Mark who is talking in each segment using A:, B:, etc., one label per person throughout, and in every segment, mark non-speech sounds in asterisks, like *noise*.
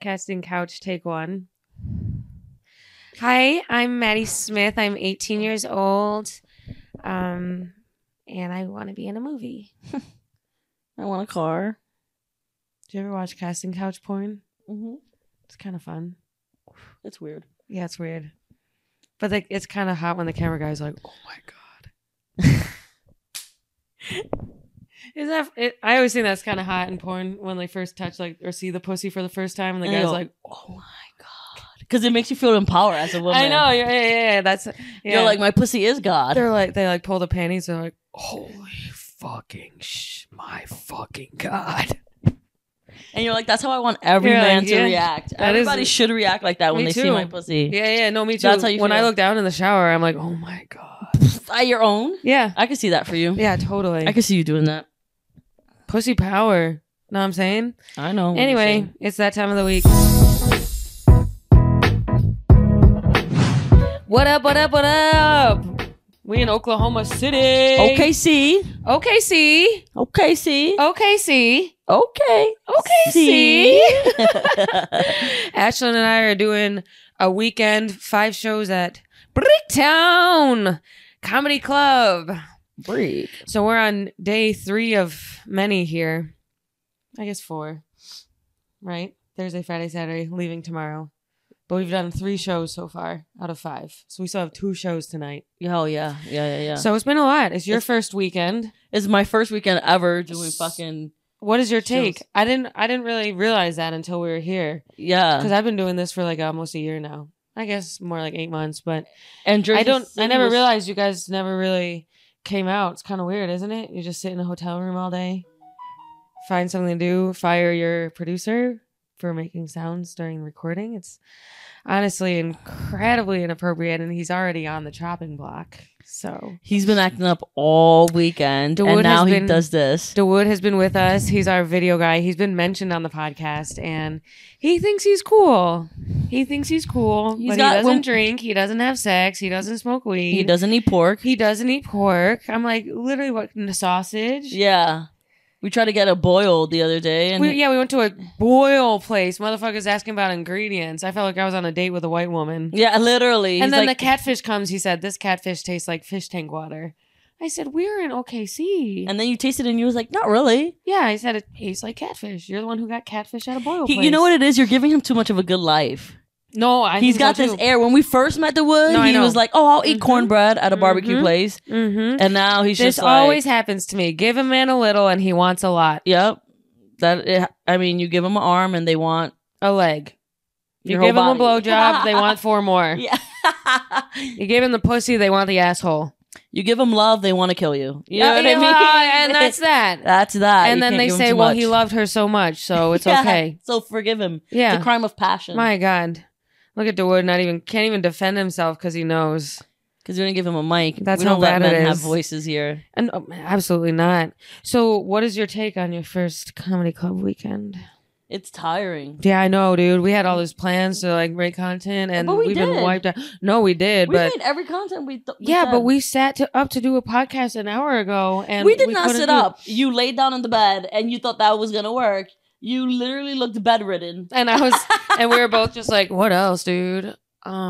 A: Casting couch, take one. Hi, I'm Maddie Smith. I'm 18 years old, um, and I want to be in a movie.
B: I want a car.
A: Do you ever watch casting couch porn?
B: Mm-hmm.
A: It's kind of fun.
B: It's weird.
A: Yeah, it's weird, but like it's kind of hot when the camera guy's like, "Oh my god." *laughs* Is that? It, I always think that's kind of hot in porn when they first touch like or see the pussy for the first time, and the
B: And you
A: guy's
B: go,
A: like,
B: Oh my god! Because it makes you feel empowered as a woman.
A: "I know, yeah, yeah, yeah." That's yeah.
B: You're like my pussy is God.
A: they're like they like pull the panties. They're like,
C: Holy fucking sh! My fucking god!
B: And you're like, that's how I want every
A: You're
B: man
A: like,
B: to
A: yeah,
B: react.
A: that is-
B: Everybody should react like that when
A: Me
B: they see
A: too.
B: my pussy.
A: yeah, yeah, no, me too.
B: That's how you
A: when I
B: feel.
A: look down in the shower, I'm like, oh my god.
B: I your own.
A: Yeah,
B: I could see that for you.
A: yeah, totally.
B: I could see you doing that.
A: Pussy power. Know what I'm saying?
B: I know.
A: Oh,
B: what you're
A: Anyway,
B: saying.
A: it's that time of the week. What up? What up? What up? We in Oklahoma City.
B: OKC,
A: OKC.
B: OKC,
A: Oh. OKC.
B: okay,
A: OKC. *laughs*
B: OKC.
A: Ashlyn and I are doing a weekend five shows at Bricktown Comedy Club.
B: Break.
A: So we're on day three of many here. I guess four, right? Thursday, Friday, Saturday, leaving tomorrow. But we've done three shows so far out of five. So we still have two shows tonight.
B: Oh yeah, yeah, yeah, yeah.
A: So it's been a lot. It's your
B: It's-
A: first weekend.
B: It's my first weekend ever doing fucking
A: What is your
B: Shows.
A: take? I didn't I didn't really realize that until we were here.
B: yeah.
A: Because I've been doing this for like almost a year now. I guess more like eight months, but
B: And Jersey
A: I don't. I
B: City
A: never
B: was-
A: realized you guys never really came out. It's kind of weird, isn't it? You just sit in a hotel room all day, find something to do, fire your producer for making sounds during recording. It's honestly incredibly inappropriate, and he's already on the chopping block. So
B: He's been acting up all weekend,
A: The
B: and
A: wood has
B: now he
A: been-
B: does this.
A: DeWood has been with us. He's our video guy. He's been mentioned on the podcast, and he thinks he's cool. He thinks he's cool,
B: He's
A: but
B: got
A: he doesn't
B: one-
A: drink. He doesn't have sex. He doesn't smoke weed.
B: He doesn't eat pork.
A: He doesn't eat pork. I'm like, literally, what n- sausage?
B: Yeah. We tried to get a boiled the other day and
A: We, yeah, we went to a boil place. Motherfuckers asking about ingredients. I felt like I was on a date with a white woman.
B: yeah, literally.
A: and
B: He's
A: then
B: like,
A: the catfish comes. He said, "This catfish tastes like fish tank water." I said, "We're in OKC."
B: and then you tasted it and you was like, "Not really."
A: yeah, I said it tastes like catfish. You're the one who got catfish at a boil
B: He,
A: place.
B: you know what it is? You're giving him too much of a good life.
A: No, I
B: He's got this air. When we first met the wood,
A: No, I
B: he
A: know.
B: was like, "Oh, I'll eat
A: Mhm.
B: cornbread at a barbecue
A: Mhm.
B: place,"
A: Mm-hmm.
B: and now he's
A: This
B: just like,
A: always happens to me. Give a man a little, and he wants a lot.
B: "Yep." That it, I mean, you give him an arm and they want
A: A leg. You
B: your whole
A: give them a
B: body.
A: blowjob,
B: *laughs*
A: they want four more.
B: Yeah. *laughs*
A: You give them the pussy, they want the asshole.
B: you give him love, they want to kill you. You know
A: Yeah,
B: what
A: yeah,
B: I mean?
A: well, *laughs* and
B: *laughs*
A: that's that.
B: that's that.
A: and
B: You
A: then
B: can't
A: they
B: give him
A: say,
B: too
A: "Well,
B: much.
A: he loved her so much,
B: *laughs*
A: so it's
B: Yeah,
A: okay."
B: So forgive him. It's a
A: Yeah.
B: crime of passion.
A: My God, look at DeWood. Not even can't even defend himself because he knows.
B: Because we didn't give him a mic.
A: That's
B: we don't
A: how
B: let
A: bad it
B: men have
A: is.
B: voices here.
A: And oh, absolutely not. So, what is your take on your first comedy club weekend?
B: It's tiring.
A: Yeah, I know, dude. We had all these plans to like make content, and
B: But we
A: have
B: did.
A: been wiped out. No, we did,
B: we
A: but.
B: made every content we. Th-
A: yeah, but
B: said.
A: we sat to, up to do a podcast an hour ago, and
B: we did not
A: couldn't
B: sit
A: do it.
B: up. You laid down on the bed and you thought that was gonna work. You literally looked bedridden.
A: And I was, and we were both just
B: *laughs*
A: like, "What else, dude?"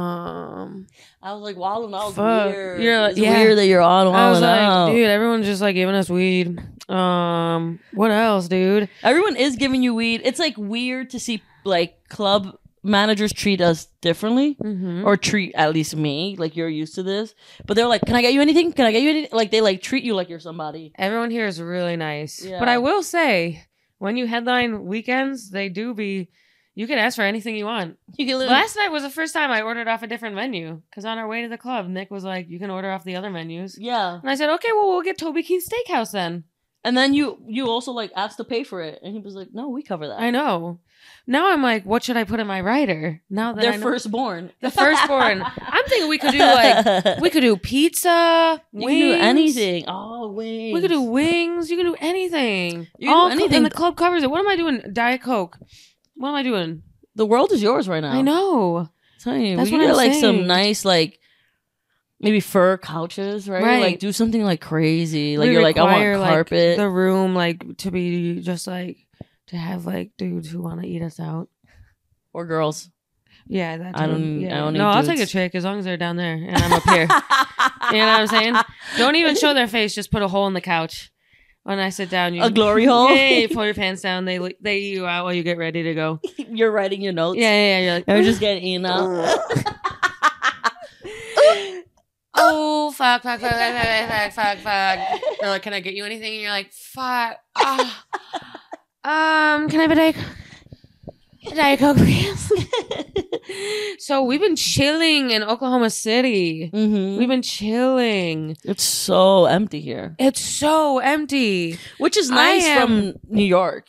A: Um,
B: I was like, "Wow, that was
A: Fuck.
B: weird.
A: You're like-
B: it's
A: yeah.
B: weird that you're on
A: I
B: all
A: was
B: and
A: like,
B: out."
A: dude, everyone's just like giving us weed. Um, what else, dude?
B: Everyone is giving you weed. It's like weird to see like club managers treat us differently.
A: Mm-hmm.
B: Or treat at least me like you're used to this, but they're like, "Can I get you anything? Can I get you anything?" Like they like treat you like you're somebody.
A: Everyone here is really nice,
B: Yeah.
A: but I will say, when you headline weekends, they do be. You can ask for anything you want.
B: You can literally
A: Last night was the first time I ordered off a different menu because on our way to the club, Nick was like, "You can order off the other menus,"
B: *laughs* yeah.
A: and I said, "Okay, well, we'll get Toby Keith Steakhouse then."
B: And then you you also like asked to pay for it, and he was like, "No, we cover that."
A: I know. Now I'm like, what should I put in my writer? Now that
B: They're
A: I know-
B: firstborn.
A: *laughs* the
B: *laughs*
A: firstborn. I'm thinking we could do like we could do pizza.
B: you
A: wings.
B: can do anything. Oh, wings.
A: We could do wings. You can do anything.
B: You can do
A: All co-
B: anything.
A: and the club covers it. What am I doing? Diet Coke. What am I doing?
B: The world is yours right now.
A: I know.
B: I'm telling you,
A: That's
B: we
A: what
B: get
A: I'm
B: like some
A: saying.
B: nice like. Maybe fur couches, right? Like
A: Right.
B: do something like crazy. Like
A: We
B: you're like, I
A: require,
B: want
A: like,
B: carpet.
A: the room like to be just like to have like dudes who want to eat us out.
B: or girls.
A: Yeah, that
B: I
A: too.
B: don't-
A: Yeah.
B: I don't
A: no,
B: need
A: I'll take a
B: dudes.
A: chick as long as they're down there and I'm up
B: *laughs*
A: here. You know what I'm saying? don't even show their face. Just put a hole in the couch. When I sit down, you
B: A glory hole.
A: Hey, pull your pants down. They they eat you out while you get ready to
B: *laughs*
A: go.
B: You're writing your notes.
A: Yeah, yeah, yeah. You're like,
B: And we're just getting you know.
A: oh fuck, fuck, fuck, fuck, fuck, fuck, fuck, fuck. They're like, can I get you anything? And you're like, fuck. ah. Um, can I have a diet, Coke? *laughs* diet coke,
B: *laughs*
A: please? so we've been chilling in Oklahoma City.
B: hmm
A: We've been chilling.
B: It's so empty here,
A: It's so empty.
B: which is
A: I
B: nice
A: am-
B: from New York.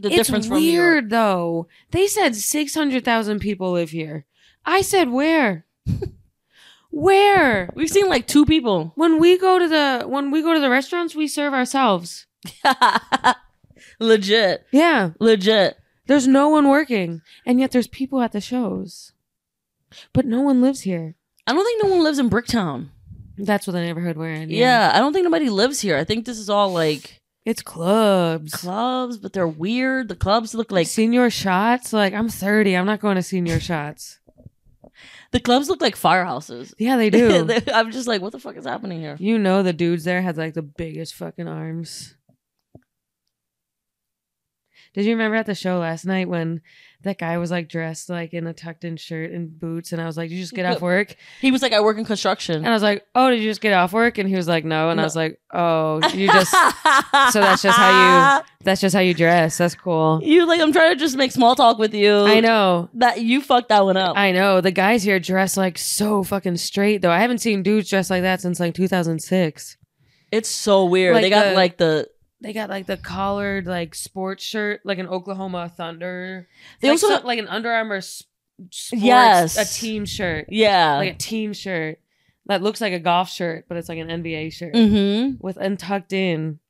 B: The
A: it's
B: difference from New York.
A: weird though. They said six hundred thousand people live here. I said where? *laughs* where?
B: We've seen like two people. *laughs*
A: When we go to the when we go to the restaurants, we serve ourselves.
B: legit,
A: Yeah.
B: legit.
A: There's no one working. And yet there's people at the shows. But no one lives here.
B: I don't think no one lives in Bricktown.
A: That's what the neighborhood we're in.
B: Yeah. I don't think nobody lives here. I think this is all like
A: It's clubs.
B: clubs, but they're weird. The clubs look like
A: senior shots. Like I'm 30. I'm not going to senior shots.
B: the clubs look like firehouses.
A: Yeah,
B: *laughs*
A: they do.
B: I'm just like, what the fuck is happening here?
A: you know the dudes there had like the biggest fucking arms. Did you remember at the show last night when that guy was like dressed like in a tucked in shirt and boots and I was like, Did you just
B: *laughs*
A: get off work?
B: He was like, I work in construction.
A: And I was like, "Oh, did you just get off work?" And he was like, "No." And I
B: No.
A: was like, "Oh, you just *laughs* so that's just how that's just how you dress. That's cool."
B: *laughs* you like. I'm trying to just make small talk with you.
A: I know.
B: that you fucked that one up.
A: I know. The guys here dress like so fucking straight though. I haven't seen dudes dressed like that since like 2006.
B: it's so weird.
A: Like
B: they got
A: the-
B: like the.
A: They got like the collared like sports shirt, like an Oklahoma Thunder.
B: They
A: Like,
B: also
A: so- like an Under Armour s- sports
B: Yes.
A: a team shirt.
B: yeah.
A: Like a team shirt that looks like a golf shirt, but it's like an NBA shirt
B: mm-hmm.
A: with and tucked in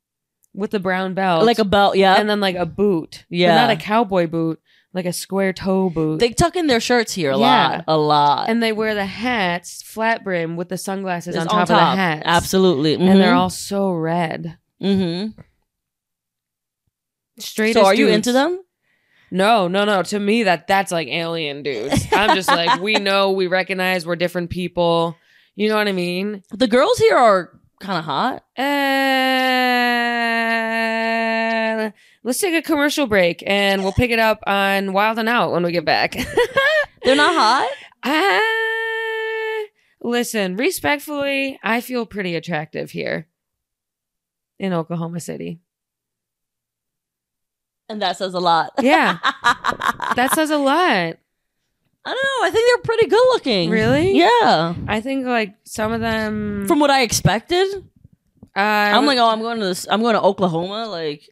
A: with the brown belt.
B: Like a belt. Yeah.
A: and then like a boot. But
B: Yeah.
A: not a cowboy boot, like a square toe boot.
B: they tuck in their shirts here a
A: Yeah.
B: lot. A lot.
A: and they wear the hats, flat brim, with the sunglasses
B: It's
A: on top, of the hats.
B: Absolutely.
A: And they're all so red.
B: Mm-hmm.
A: Straight
B: So
A: as
B: are you
A: dudes.
B: into them?
A: No, no, no. To me, that that's like alien dudes. I'm
B: *laughs*
A: just like, we know, we recognize we're different people. You know what I mean?
B: The girls here are kind of hot.
A: Uh, let's take a commercial break and we'll pick it up on Wild and Out when we get back. *laughs*
B: They're not hot.
A: Uh, listen, respectfully, I feel pretty attractive here in Oklahoma City.
B: And that says a lot. *laughs*
A: Yeah,
B: I
A: that says a lot.
B: don't know. I think they're pretty good looking.
A: Really?
B: Yeah.
A: I think like some of them.
B: From what I expected,
A: uh,
B: I'm like, oh, I'm going to this. I'm going to Oklahoma. Like,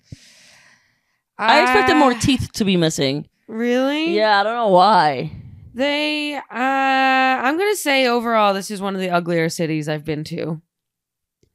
A: Ah.
B: I expected more teeth to be missing.
A: uh, Really?
B: Yeah, I don't know why.
A: They. Uh, I'm gonna say overall, this is one of the uglier cities I've been to.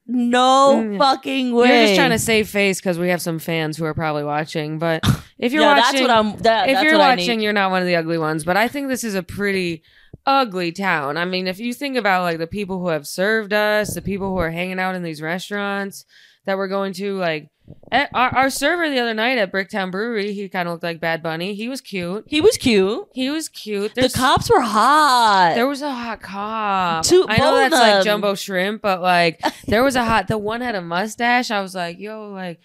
B: No
A: Mm.
B: fucking way.
A: You're just trying to save face because we have some fans who are probably watching. But if you're
B: yeah,
A: watching,
B: that's what I'm. That,
A: if
B: that's
A: you're
B: what I
A: watching,
B: need.
A: you're not one of the ugly ones, but I think this is a pretty ugly town. I mean, if you think about like the people who have served us, the people who are hanging out in these restaurants that we're going to, like eh, our, our server the other night at Bricktown Brewery, he kind of looked like Bad Bunny. He was cute.
B: he was cute.
A: He was cute.
B: The cops were hot.
A: There was a hot cop.
B: Two-
A: I know
B: both of
A: that's like
B: them.
A: jumbo shrimp, but like
B: *laughs*
A: there was a hot. The one had a mustache. I was like, yo, like.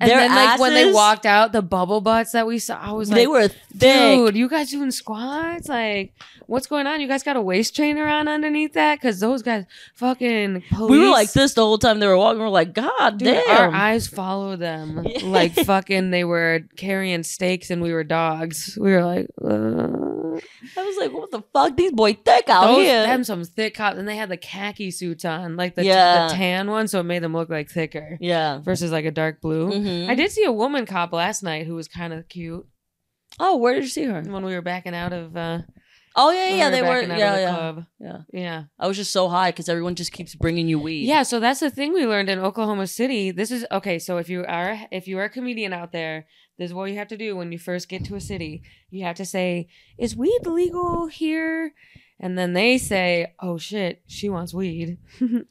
A: And
B: Their
A: then like when they
B: asses-
A: walked out, the bubble butts that we saw, I was like,
B: they were thick.
A: Dude, you guys doing squats? Like, what's going on? You guys got a waist trainer on underneath that? Because those guys, fucking police.
B: we were like this the whole time they were walking. We are like, God
A: Dude,
B: damn.
A: Our eyes follow them.
B: *laughs* Yeah.
A: Like, fucking, they were carrying stakes and we were dogs. We were like, uh.
B: I was like, what the fuck? These boy thick out
A: those,
B: here.
A: them some thick cops. And they had the khaki suits on, like the,
B: Yeah.
A: the tan one. So it made them look like thicker
B: yeah.
A: versus like a dark blue.
B: Mhm.
A: I did see a woman cop last night who was kind of cute
B: oh, where did you see her?
A: when we were backing out of. Uh,
B: Oh yeah, yeah,
A: when
B: yeah,
A: we
B: they were.
A: backing
B: Yeah,
A: out of the
B: yeah.
A: club.
B: yeah.
A: Yeah.
B: I was just so high because everyone just keeps bringing you weed.
A: Yeah, so that's the thing we learned in Oklahoma City. This is okay. So if you are if you are a comedian out there, this is what you have to do when you first get to a city. You have to say, "Is weed legal here?" And then they say, "Oh shit, she wants weed."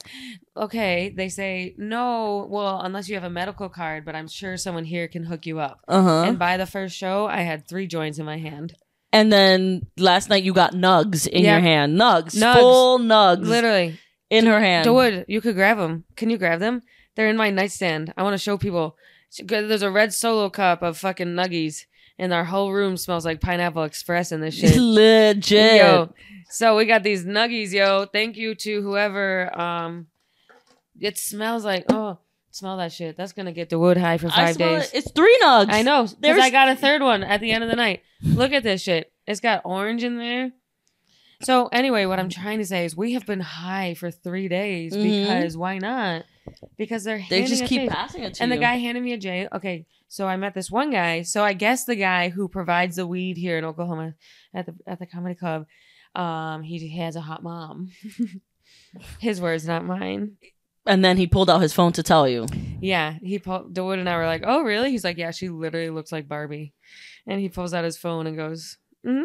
A: *laughs* okay, they say, "No, well, unless you have a medical card, but I'm sure someone here can hook you up."
B: Uh huh.
A: And by the first show, I had three joints in my hand.
B: And then last night you got nugs in
A: Yeah.
B: your hand. Nugs,
A: Nugs.
B: full nugs
A: Literally,
B: in her hand. *laughs*
A: Dawood, you could grab them. Can you grab them? They're in my nightstand. I want to show people. It's good- There's a red solo cup of fucking nuggies, and our whole room smells like Pineapple Express and this
B: *laughs*
A: shit.
B: Legit.
A: Yo, so we got these nuggies, yo. Thank you to whoever. Um, it smells like oh, smell that shit. That's gonna get the wood high for
B: I
A: five
B: smell
A: days.
B: it. It's three nugs.
A: I *laughs* know. Because
B: There's-
A: I got a third one at the end of the night. Look at this shit. It's got orange in there. So anyway, what I'm trying to say is we have been high for three days
B: Mhm.
A: because why not? Because they're
B: They
A: handing
B: just
A: us
B: keep
A: shit.
B: passing it to
A: and
B: you.
A: the guy handed me a J. Okay, so I met this one guy. So I guess the guy who provides the weed here in Oklahoma at the at the comedy club, um, he has a hot mom. *laughs* His words, not mine.
B: and then he pulled out his phone to tell you.
A: Yeah, he pulled. Dawood and I were like, "Oh, really?" He's like, "Yeah, she literally looks like Barbie," and he pulls out his phone and goes, mm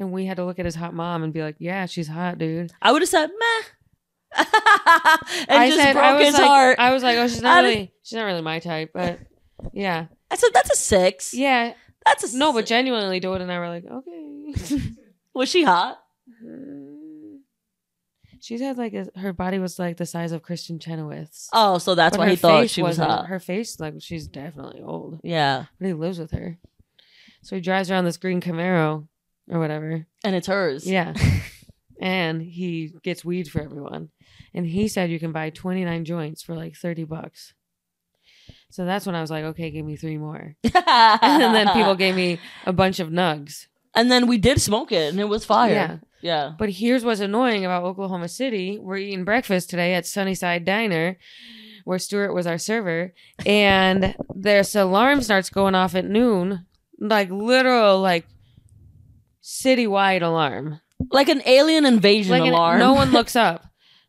A: and we had to look at his hot mom and be like, "Yeah, she's hot, dude."
B: I would have said, meh. *laughs* and
A: I
B: just
A: said,
B: broke
A: I was
B: his
A: like,
B: heart. I,
A: I was like, "Oh, she's not
B: I didn't-
A: really, she's not really my type,"
B: *laughs*
A: but yeah,
B: said, that's a six.
A: yeah,
B: That's a
A: no, but
B: six.
A: genuinely, Dawood and I were like, "Okay." *laughs*
B: Was she hot?
A: She's had like a, her body was like the size of Christian Chenoweth's.
B: Oh, so that's
A: But
B: why
A: her
B: he thought
A: face
B: she was
A: wasn't-
B: hot.
A: Her face, like, she's definitely old.
B: Yeah.
A: but he lives with her. So he drives around this green Camaro or whatever.
B: And it's hers. *laughs*
A: Yeah. and he gets weed for everyone. And he said you can buy 29 joints for like 30 bucks. So that's when I was like, okay, give me three more. *laughs* and then people gave me a bunch of nugs.
B: And then we did smoke it and it was fire.
A: Yeah.
B: Yeah. Yeah.
A: But here's what's annoying about Oklahoma City. We're eating breakfast today at Sunnyside Diner, where Stuart was our server, and this alarm starts going off at noon, like literal, like citywide alarm.
B: Like an alien invasion
A: Like an-
B: alarm.
A: no one looks up.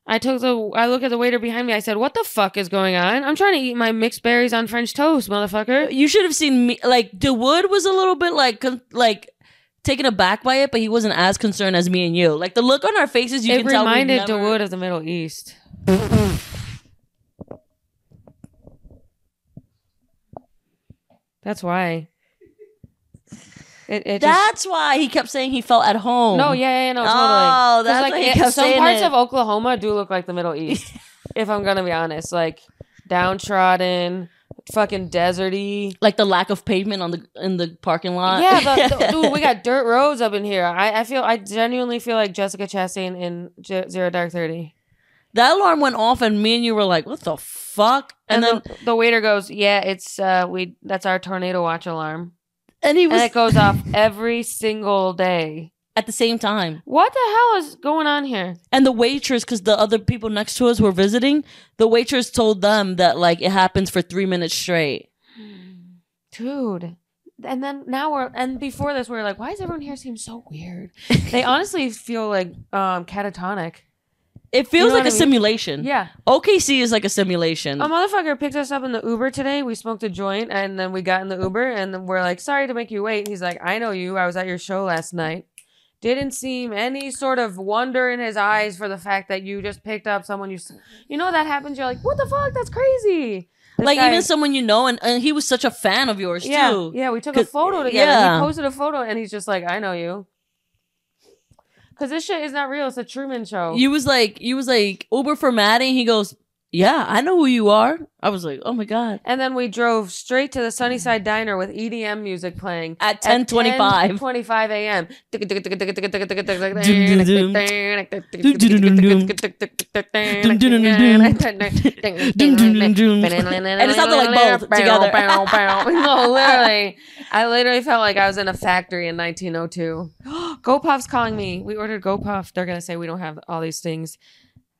A: I took the I look at the waiter behind me. I said, "What the fuck is going on? I'm trying to eat my mixed berries on French toast, motherfucker."
B: *laughs* you should have seen me. Like DeWood was a little bit like con- like taken aback by it, but he wasn't as concerned as me and you. Like the look on our faces, you
A: it
B: can tell. we
A: reminded
B: never-
A: DeWood of the Middle East. That's why. It, it just,
B: That's why he kept saying he felt at home.
A: no, yeah, yeah, yeah, no, totally.
B: Oh,
A: 'Cause,
B: that's why he
A: it-
B: kept
A: some
B: saying
A: parts
B: it.
A: of Oklahoma do look like the Middle
B: *laughs*
A: East. if I'm gonna be honest, like downtrodden, fucking deserty.
B: like the lack of pavement on the in the parking lot.
A: Yeah,
B: *laughs*
A: the, the- dude, we got dirt roads up in here. I, I feel, I genuinely feel like Jessica Chastain in J- Zero Dark Thirty.
B: that alarm went off, and me and you were like, "What the fuck?" And,
A: And,
B: then
A: the, the waiter goes, "Yeah, it's uh, we. That's our tornado watch alarm,
B: and he was
A: and it goes off *laughs* every single day.
B: at the same time.
A: What the hell is going on here?
B: And the waitress, because the other people next to us were visiting, the waitress told them that like it happens for three minutes straight.
A: dude and then now we're and before this we were like why does everyone here seem so *laughs* weird they honestly feel like um catatonic
B: It feels
A: know
B: like a
A: what I mean?
B: simulation.
A: yeah Oh
B: OKC is like a simulation.
A: a motherfucker picked us up in the uber today we smoked a joint and then we got in the uber and then we're like sorry to make you wait he's like i know you i was at your show last night didn't seem any sort of wonder in his eyes for the fact that you just picked up someone you s- you know that happens you're like what the fuck that's crazy This
B: like
A: guy-
B: even someone you know, and, and he was such a fan of yours
A: yeah,
B: too.
A: Yeah, we took a
B: 'Cause-
A: photo together. and
B: yeah.
A: He posted a photo and he's just like, I know you. Cause this shit is not real. It's a Truman show.
B: You was like, you was like Uber for Maddie. He goes, "Yeah, I know who you are." I was like, "Oh my god!"
A: and then we drove straight to the Sunnyside Diner with EDM music playing.
B: At ten twenty five,
A: 25 a.m.
B: *laughs* And it
A: *laughs*
B: sounded like both together. *laughs*
A: no, literally. I literally felt like I was in a factory in 1902. *gasps* GoPuff's calling me. We ordered GoPuff. They're going to say we don't have all these things.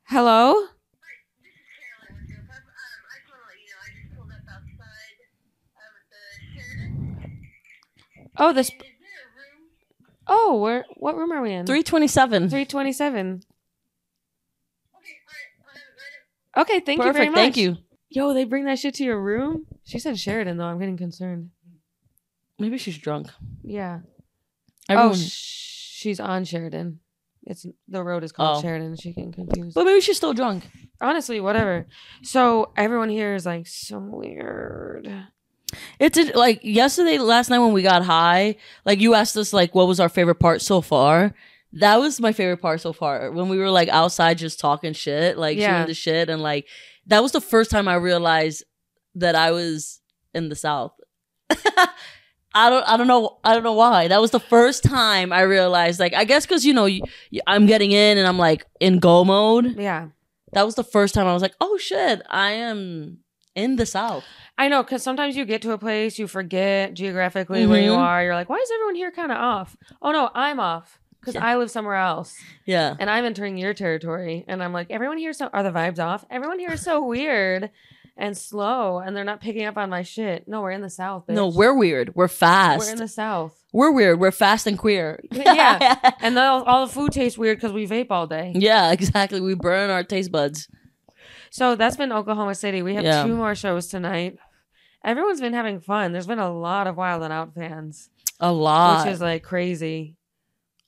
A: Hello? Oh, this. Oh, where? What room are we in?
B: three twenty seven.
A: 327. Okay, thank you
B: Perfect.
A: very much.
B: Thank you.
A: Yo, they bring that shit to your room? She said Sheridan, though. I'm getting concerned.
B: Maybe she's drunk.
A: Yeah.
B: Everyone,
A: Oh, sh- she's on Sheridan. It's the road is called
B: Oh.
A: Sheridan. She getting confused.
B: but maybe she's still drunk.
A: honestly, whatever. So everyone here is like so weird.
B: It's a, like yesterday, last night when we got high, like you asked us, like, what was our favorite part so far? That was my favorite part so far. When we were like outside just talking shit, like
A: Yeah.
B: shooting the shit. And like, that was the first time I realized that I was in the South. *laughs* I don't, I don't know, I don't know why. That was the first time I realized, like, I guess because, you know, you, you- I'm getting in and I'm like in go mode.
A: Yeah.
B: That was the first time I was like, oh shit, I am in the South.
A: I know, because sometimes you get to a place, you forget geographically where you
B: Mhm.
A: are. You're like, why is everyone here kind of off? Oh, no, I'm off because
B: Yeah.
A: I live somewhere else
B: Yeah.
A: and I'm entering your territory. And I'm like, everyone here, so- are the vibes off? Everyone here is
B: *laughs*
A: so weird and slow and they're not picking up on my shit. No, we're in the South. Bitch.
B: No, we're weird. We're fast.
A: We're
B: We're,
A: in the South.
B: weird. We're fast and queer.
A: *laughs* Yeah. And then all, all the food tastes weird because we vape all day.
B: *laughs* yeah, exactly. We burn our taste buds.
A: So that's been Oklahoma City. We have
B: Yeah.
A: two more shows tonight. Everyone's been having fun. There's been a lot of Wild and Out fans,
B: A lot.
A: which is like crazy.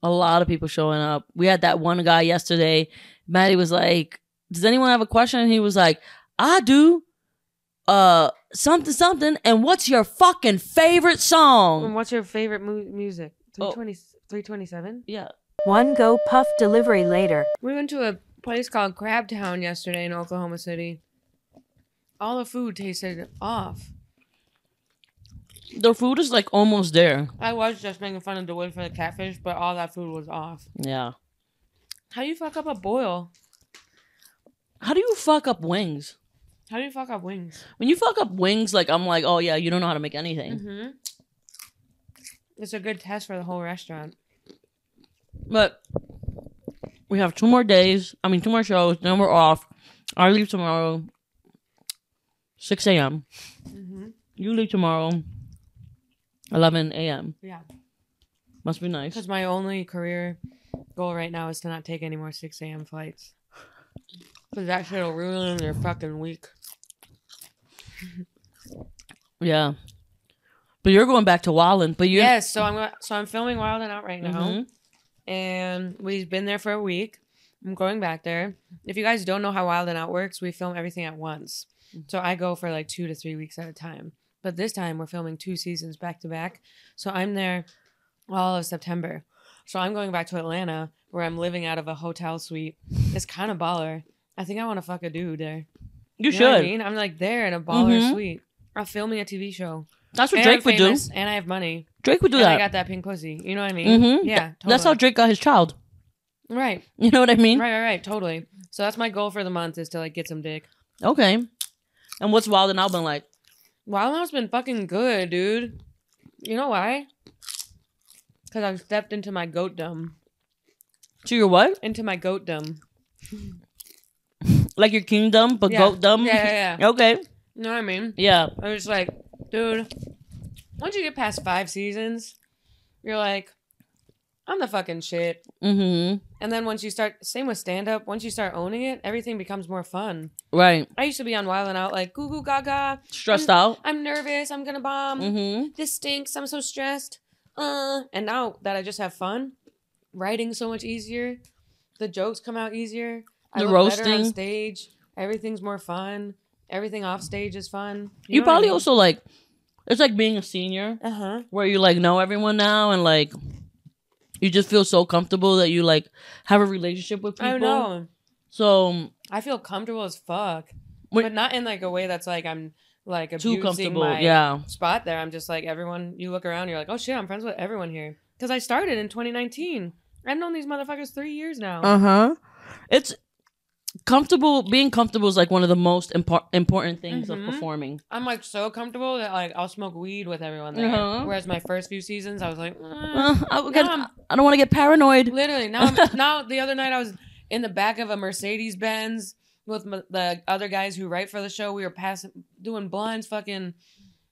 B: a lot of people showing up. We had that one guy yesterday. Maddie was like, Does anyone have a question? And he was like, I do. Uh something, something. And what's your fucking favorite
A: And
B: song?
A: what's your favorite mu- music?
B: Oh.
A: 320, 327?
B: Yeah.
D: One go puff delivery later.
A: We went to a place called Crab Town yesterday in Oklahoma City. All the food tasted off.
B: The food is like almost there.
A: I was just making fun of the wood for the catfish, but all that food was off.
B: Yeah.
A: How do you fuck up a boil?
B: How do you fuck up wings?
A: How do you fuck up wings?
B: When you fuck up wings, like I'm like, oh yeah, you don't know how to make anything.
A: Mm-hmm. It's a good test for the whole restaurant.
B: But we have two more days. I mean, two more shows. Then we're off. I leave tomorrow, 6 a.m.
A: Mm-hmm.
B: You leave tomorrow, 11 a.m.
A: Yeah.
B: Must be nice.
A: Because my only career goal right now is to not take any more 6 a.m. flights. Because that shit will ruin your fucking week.
B: Yeah. But you're going back to Wallen. But you're.
A: Yes, so I'm gonna- so I'm filming Wild and Out right now,
B: Mhm.
A: and we've been there for a week. I'm going back there. If you guys don't know how Wild and Out works, we film everything at once.
B: Mm-hmm.
A: So I go for like two to three weeks at a time. But this time we're filming two seasons back to back. So I'm there all of September. So I'm going back to Atlanta where I'm living out of a hotel suite. It's kind of baller. I think I want to fuck a dude there.
B: You
A: know what
B: should.
A: I mean? I'm like there in a baller
B: Mhm.
A: suite. I'm filming a TV show.
B: That's what
A: And
B: Drake
A: I'm
B: would do.
A: famous And I have money.
B: Drake would do
A: And I
B: that.
A: got that pink pussy. You know what I mean?
B: Mhm.
A: Yeah, totally.
B: That's how Drake got his child. *laughs*
A: right,
B: You know what I mean?
A: right, right, right, totally. So that's my goal for the month is to like get some dick.
B: Okay. And what's Walden Out been like?
A: Wild Out's been fucking good, dude. You know why? Because I've stepped into my goatdom,
B: To your what?
A: into my goatdom.
B: Like your kingdom, but
A: Yeah.
B: Oh, goat dumb?
A: Yeah, yeah, yeah.
B: *laughs* Okay.
A: You know what I mean?
B: Yeah.
A: I was like, dude, once you get past five seasons, you're like, I'm the fucking shit.
B: Mm-hmm.
A: And then once you start, same with stand up, once you start owning it, everything becomes more fun.
B: Right.
A: I used to be on Wild and Out like, goo goo gaga,
B: Stressed
A: Mm.
B: out.
A: I'm nervous, I'm gonna bomb.
B: Mm-hmm.
A: this stinks. I'm so stressed. Uh, and now that I just have fun, writing so much easier. The jokes come out easier. I
B: The
A: look better on
B: roasting.
A: stage. Everything's more fun. Everything off stage is fun.
B: You, probably also like it's like being a senior
A: Uh huh.
B: where you like know everyone now and like you just feel so comfortable that you like have a relationship with people.
A: I know.
B: So um,
A: I feel comfortable as fuck,
B: Wait-
A: but not in like a way that's like I'm like abusing
B: too comfortable.
A: my
B: yeah.
A: spot there. I'm just like everyone. You look around, you're like, oh shit, I'm friends with everyone here because I started in 2019. I've known these motherfuckers three years now.
B: huh. It's comfortable. Being comfortable is like one of the most impor- important things
A: Mhm.
B: of performing.
A: *laughs* I'm like so comfortable that like I'll smoke weed with everyone there.
B: Uh-huh.
A: Whereas my first few seasons, I was like, mm.
B: Uh, *laughs* I, would
A: Now
B: get-
A: I'm-
B: I don't want to get paranoid.
A: literally. Now,
B: *laughs*
A: I'm, now the other night I was in the back of a Mercedes Benz with m the other guys who write for the show. We were passing, doing blunts, fucking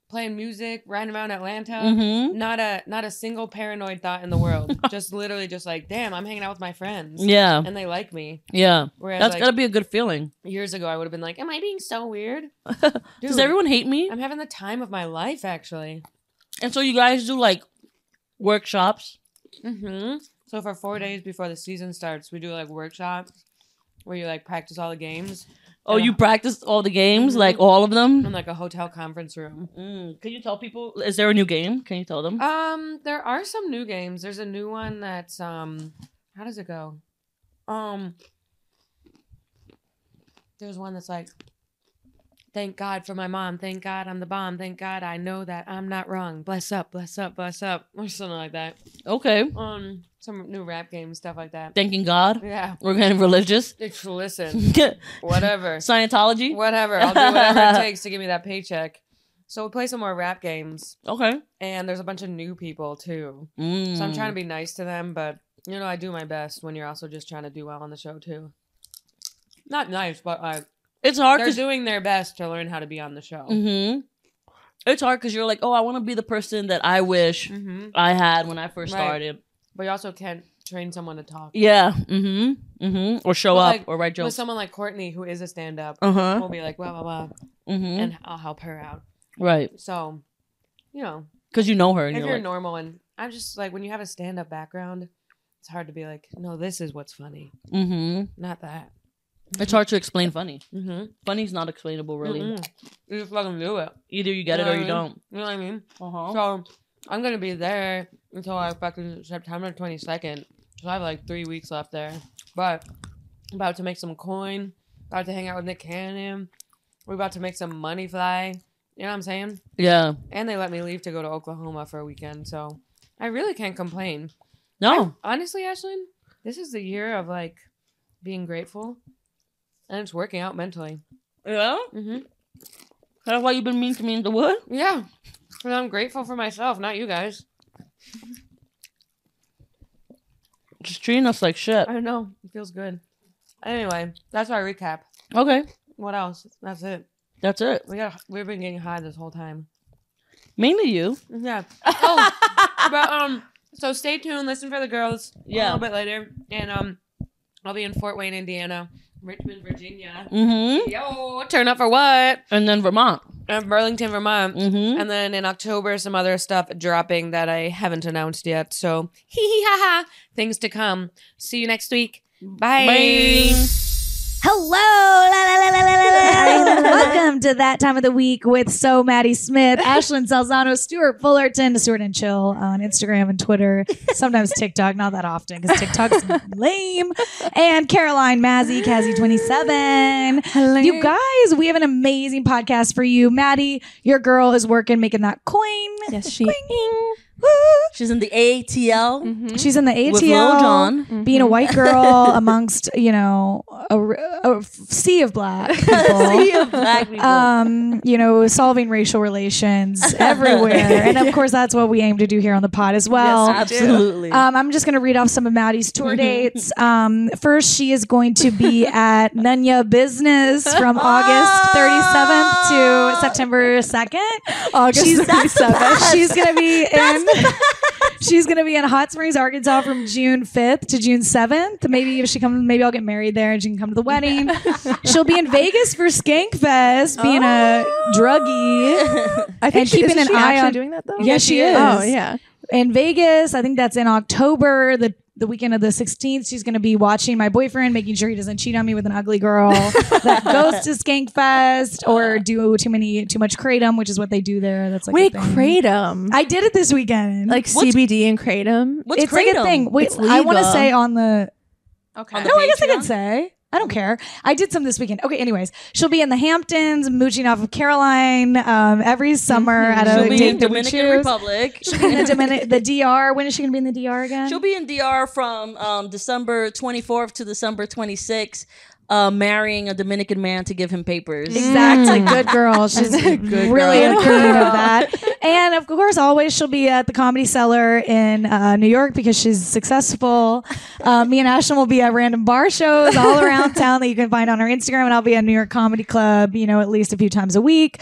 A: playing music, riding around Atlanta.
B: Mm-hmm.
A: Not a not a single paranoid thought in the
B: *laughs*
A: world. just literally, just like, damn, I'm hanging out with my friends,
B: Yeah.
A: and they like me.
B: Yeah.
A: Whereas
B: That's
A: like
B: gotta be a good feeling.
A: years ago, I would have been like, am I being so weird?
B: *laughs* Does
A: Dude,
B: everyone hate me?
A: I'm having the time of my life, actually.
B: And so you guys do like workshops.
A: Mm-hmm. So for four days before the season starts, we do like workshops where you like practice all the games,
B: Oh, you practiced all the games,
A: Mm-hmm.
B: like all of
A: in
B: them.
A: like a hotel conference room.
B: Mm, Can you tell people? Is there a new game? Can you tell them?
A: Um, there are some new games. There's a new one that's um, how does it go? Um, there's one that's like, thank God for my mom. Thank God I'm the bomb. Thank God I know that I'm not wrong. Bless up, bless up, bless up, *laughs* or something like that.
B: Okay.
A: Um, some new rap games, stuff like that.
B: Thanking God.
A: Yeah,
B: We're getting religious. *laughs*
A: it's listen,
B: Scientology.
A: whatever. Whatever. I'll do whatever
B: *laughs*
A: it takes to give me that paycheck. So we play some more rap games.
B: Okay.
A: And there's a bunch of new people too.
B: Mm.
A: So I'm trying to be nice to them, but you know, I do my best when you're also just trying to do well on the show too. Not nice, but I,
B: It's hard
A: they're
B: because
A: doing their best to learn how to be on the show.
B: hmm it's hard because you're like, oh, I want to be the person that I wish
A: hmm
B: I had when I first
A: Right.
B: started.
A: But you also can't train someone to talk.
B: Yeah. Mm-hmm. Mm-hmm. Or show
A: But,
B: up
A: like,
B: or write
A: With
B: jokes.
A: someone like Courtney, who is a stand up,
B: Uh huh.
A: we'll be like, blah, blah, blah,
B: Mm-hmm.
A: and I'll help her out.
B: right.
A: So, you know,
B: Because you know her. And
A: if
B: you're
A: you're
B: like,
A: normal and I'm just like, when you have a stand up background, it's hard to be like, no, this is what's funny,
B: mm-hmm.
A: not that.
B: It's hard to explain funny.
A: Mm-hmm.
B: Funny's not explainable, really.
A: You just fucking do it.
B: Either you get it
A: Yeah,
B: or you
A: I
B: don't.
A: You know what I mean?
B: Uh
A: So I'm gonna be there until I fucking September 22nd. So I have like three weeks left there. But I'm about to make some coin. About to hang out with Nick Cannon. We're about to make some money fly. You know what I'm saying?
B: Yeah.
A: And they let me leave to go to Oklahoma for a weekend. So I really can't complain. Oh.
B: No.
A: Honestly, Ashlyn, this is the year of like being grateful. And it's working out mentally.
B: yeah.
A: hmm
B: That's why you've been mean to me in the wood.
A: Yeah. And I'm grateful for myself, not you guys.
B: Just treating us like shit.
A: I don't know. It feels good. Anyway, that's our recap.
B: Okay.
A: What else? That's it.
B: That's it.
A: We got we've been getting high this whole time.
B: Mainly you.
A: Yeah. *laughs* Oh, but um, so stay tuned. Listen for the girls.
B: Yeah.
A: A little bit later, and um, I'll be in Fort Wayne, Indiana, Richmond, Virginia.
B: Mm-hmm.
A: Yo, turn up for what?
B: And then Vermont.
A: And Uh, Burlington, Vermont.
B: Mm-hmm.
A: And then in October, some other stuff dropping that I haven't announced yet. So, *laughs* hee hee ha ha, things to come. See you next week. Bye.
B: Bye.
E: Hello, la, la, la, la, la, la, la. welcome to that time of the week with so Maddie Smith, Ashlyn Salzano, Stuart Fullerton, Stuart and Chill on Instagram and Twitter, sometimes TikTok, not that often because TikTok's lame, and Caroline Mazzy, Cassie twenty seven.
A: Hello.
E: You guys, we have an amazing podcast for you, Maddie. Your girl is working making that coin.
F: Yes, she.
E: Woo!
B: She's in the ATL *laughs*
F: Mm-hmm.
E: She's in the ATL
B: with Lil Jon.
E: being a white girl amongst you know a, a sea of
F: *laughs*
E: black
B: See
E: people
B: you, black people.
E: um you know solving
B: *laughs*
E: racial relations everywhere and of course that's what we aim to do here on the pod as well
B: Absolutely. Mm-hmm.
E: um, I'm just going to read off some of Maddie's tour dates. Um, first, she is going
B: *laughs*
E: to be at Nunya Business from August 37th
B: Oh,
E: to September 2nd. August she's, 37th. She's going to
F: *laughs*
E: be in. She's gonna be in Hot Springs, Arkansas, from June 5th to June 7th. Maybe if she comes, maybe I'll get married there, and she can come to the wedding.
F: *laughs*
E: She'll be in Vegas for Skankfest, being
F: Oh.
E: a druggie
F: I think
E: And
F: she,
E: keeping
F: isn't
E: an
F: she
E: eye
F: actually
E: on-
F: doing that though.
E: Yeah, she is.
F: Oh yeah.
E: in Vegas. I think that's in October, the the weekend of the 16th. She's going to be watching my boyfriend, making sure he doesn't cheat on me with an ugly girl that goes to Skankfest or do too many too much kratom, which is what they do there. That's like a
F: Wait,
E: thing.
F: kratom.
E: I did it this weekend.
F: like
B: What's-
F: CBD and kratom.
B: What's
E: it's like a
B: kratom?
E: thing. Wait,
F: It's
E: I want to
F: legal.
E: say on the. Okay.
B: On the
E: no, I guess I
B: Patreon?
E: can say. I don't care. I did some this weekend. Okay. Anyways, she'll be in the Hamptons, mooching off of Caroline um, every summer at a
B: She'll be
E: date
B: in
E: that we
B: Dominican *laughs*
E: choose.
B: Republic.
E: She'll be *laughs* in the, Dominic- the DR. When is she going to be in the DR again?
B: She'll be in DR from um, December 24th to December 26th, uh, marrying a Dominican man to give him papers.
E: Exactly. Good girl. She's really
F: girl.
E: a queen of that. And of course, always she'll be at the Comedy Cellar in uh, New York because she's successful. Uh, me and Ashton will be at random bar shows all around town that you can find on our Instagram. And I'll be at New York Comedy Club, you know, at least a few times a week.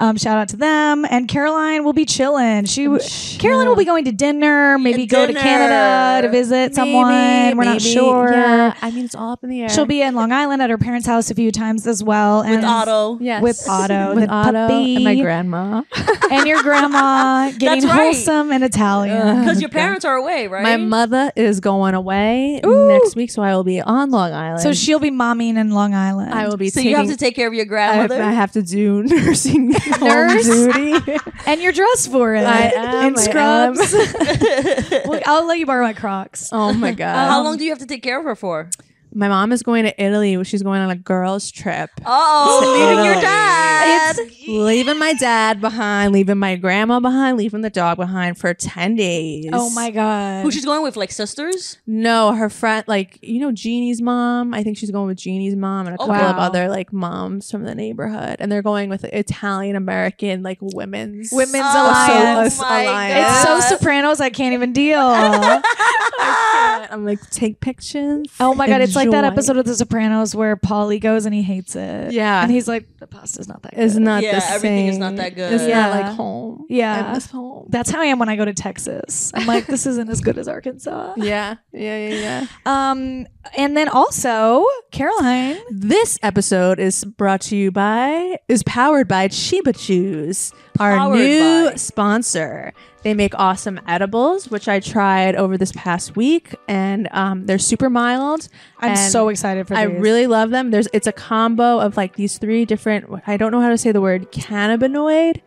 E: Um, shout out to them. And Caroline will be chilling. She w- Caroline will be going to dinner, maybe go to
B: Dinner.
E: Canada to visit someone. We're not
F: maybe.
E: sure.
F: Yeah, I mean it's all up in the air.
E: She'll be in Long Island at her parents' house a few times as well.
B: With
E: and
B: Otto.
F: yes. *laughs*
E: with Otto,
F: with
E: the
F: Otto
E: puppy.
F: and my grandma.
E: and your grandma getting
B: That's right.
E: wholesome and Italian.
B: Because your parents are away, right?
F: *laughs* Uh, My mother is going away
E: Ooh.
F: next week, so I will be on Long Island.
E: So she'll be momming in Long Island.
F: I will be.
B: So
F: taking,
B: you have to take care of your
F: I have, I
B: grandmother.
F: have to do *laughs* nursing home
E: Nurse?
F: duty.
E: and you're dressed for it.
F: *laughs* I am,
E: in
F: I
E: scrubs. *laughs* Look, I'll let you borrow my Crocs.
F: *laughs* oh my god!
B: Uh, *laughs* How long do you have to take care of her
F: *laughs*
B: for?
F: my mom is going to Italy. She's going on a girls' trip.
B: Oh, leaving your dad.
F: leaving my dad behind, leaving my grandma behind, leaving the dog behind for ten days.
E: Oh my god.
B: Who she's going with? Like sisters?
F: No, her friend, like you know, Jeannie's mom. I think she's going with Jeannie's mom and a
B: Oh,
F: couple of
E: wow.
F: other like moms from the neighborhood, and they're going with Italian American like women's
E: Women's
B: Oh,
E: Alliance.
B: so- my
F: alliance.
E: It's so
B: God.
E: Sopranos. I can't even deal.
F: I can't. I'm like take pictures.
E: *laughs* Oh my god, it's like that
F: Enjoy.
E: episode of The Sopranos where Paulie goes and he hates it.
F: Yeah.
E: and he's like, the pasta's not that good.
F: It's not
B: Yeah,
F: the same.
B: everything is not that good.
F: It's not
E: Yeah.
F: like home.
E: Yeah.
F: I miss home. *laughs*
E: That's how I am when I go to Texas. I'm like, this isn't as good as *laughs* Arkansas.
F: yeah, yeah, yeah, yeah.
E: Um, and then also Caroline.
F: This episode is brought to you by, is powered by Chiba Chews, our
B: Powered
F: new
B: by.
F: sponsor. They make awesome edibles, which I tried over this past week, and um, they're super mild.
E: I'm
F: and
E: so excited for.
F: I
E: these.
F: really love them. There's it's a combo of like these three different. I don't know how to say the word cannabinoid,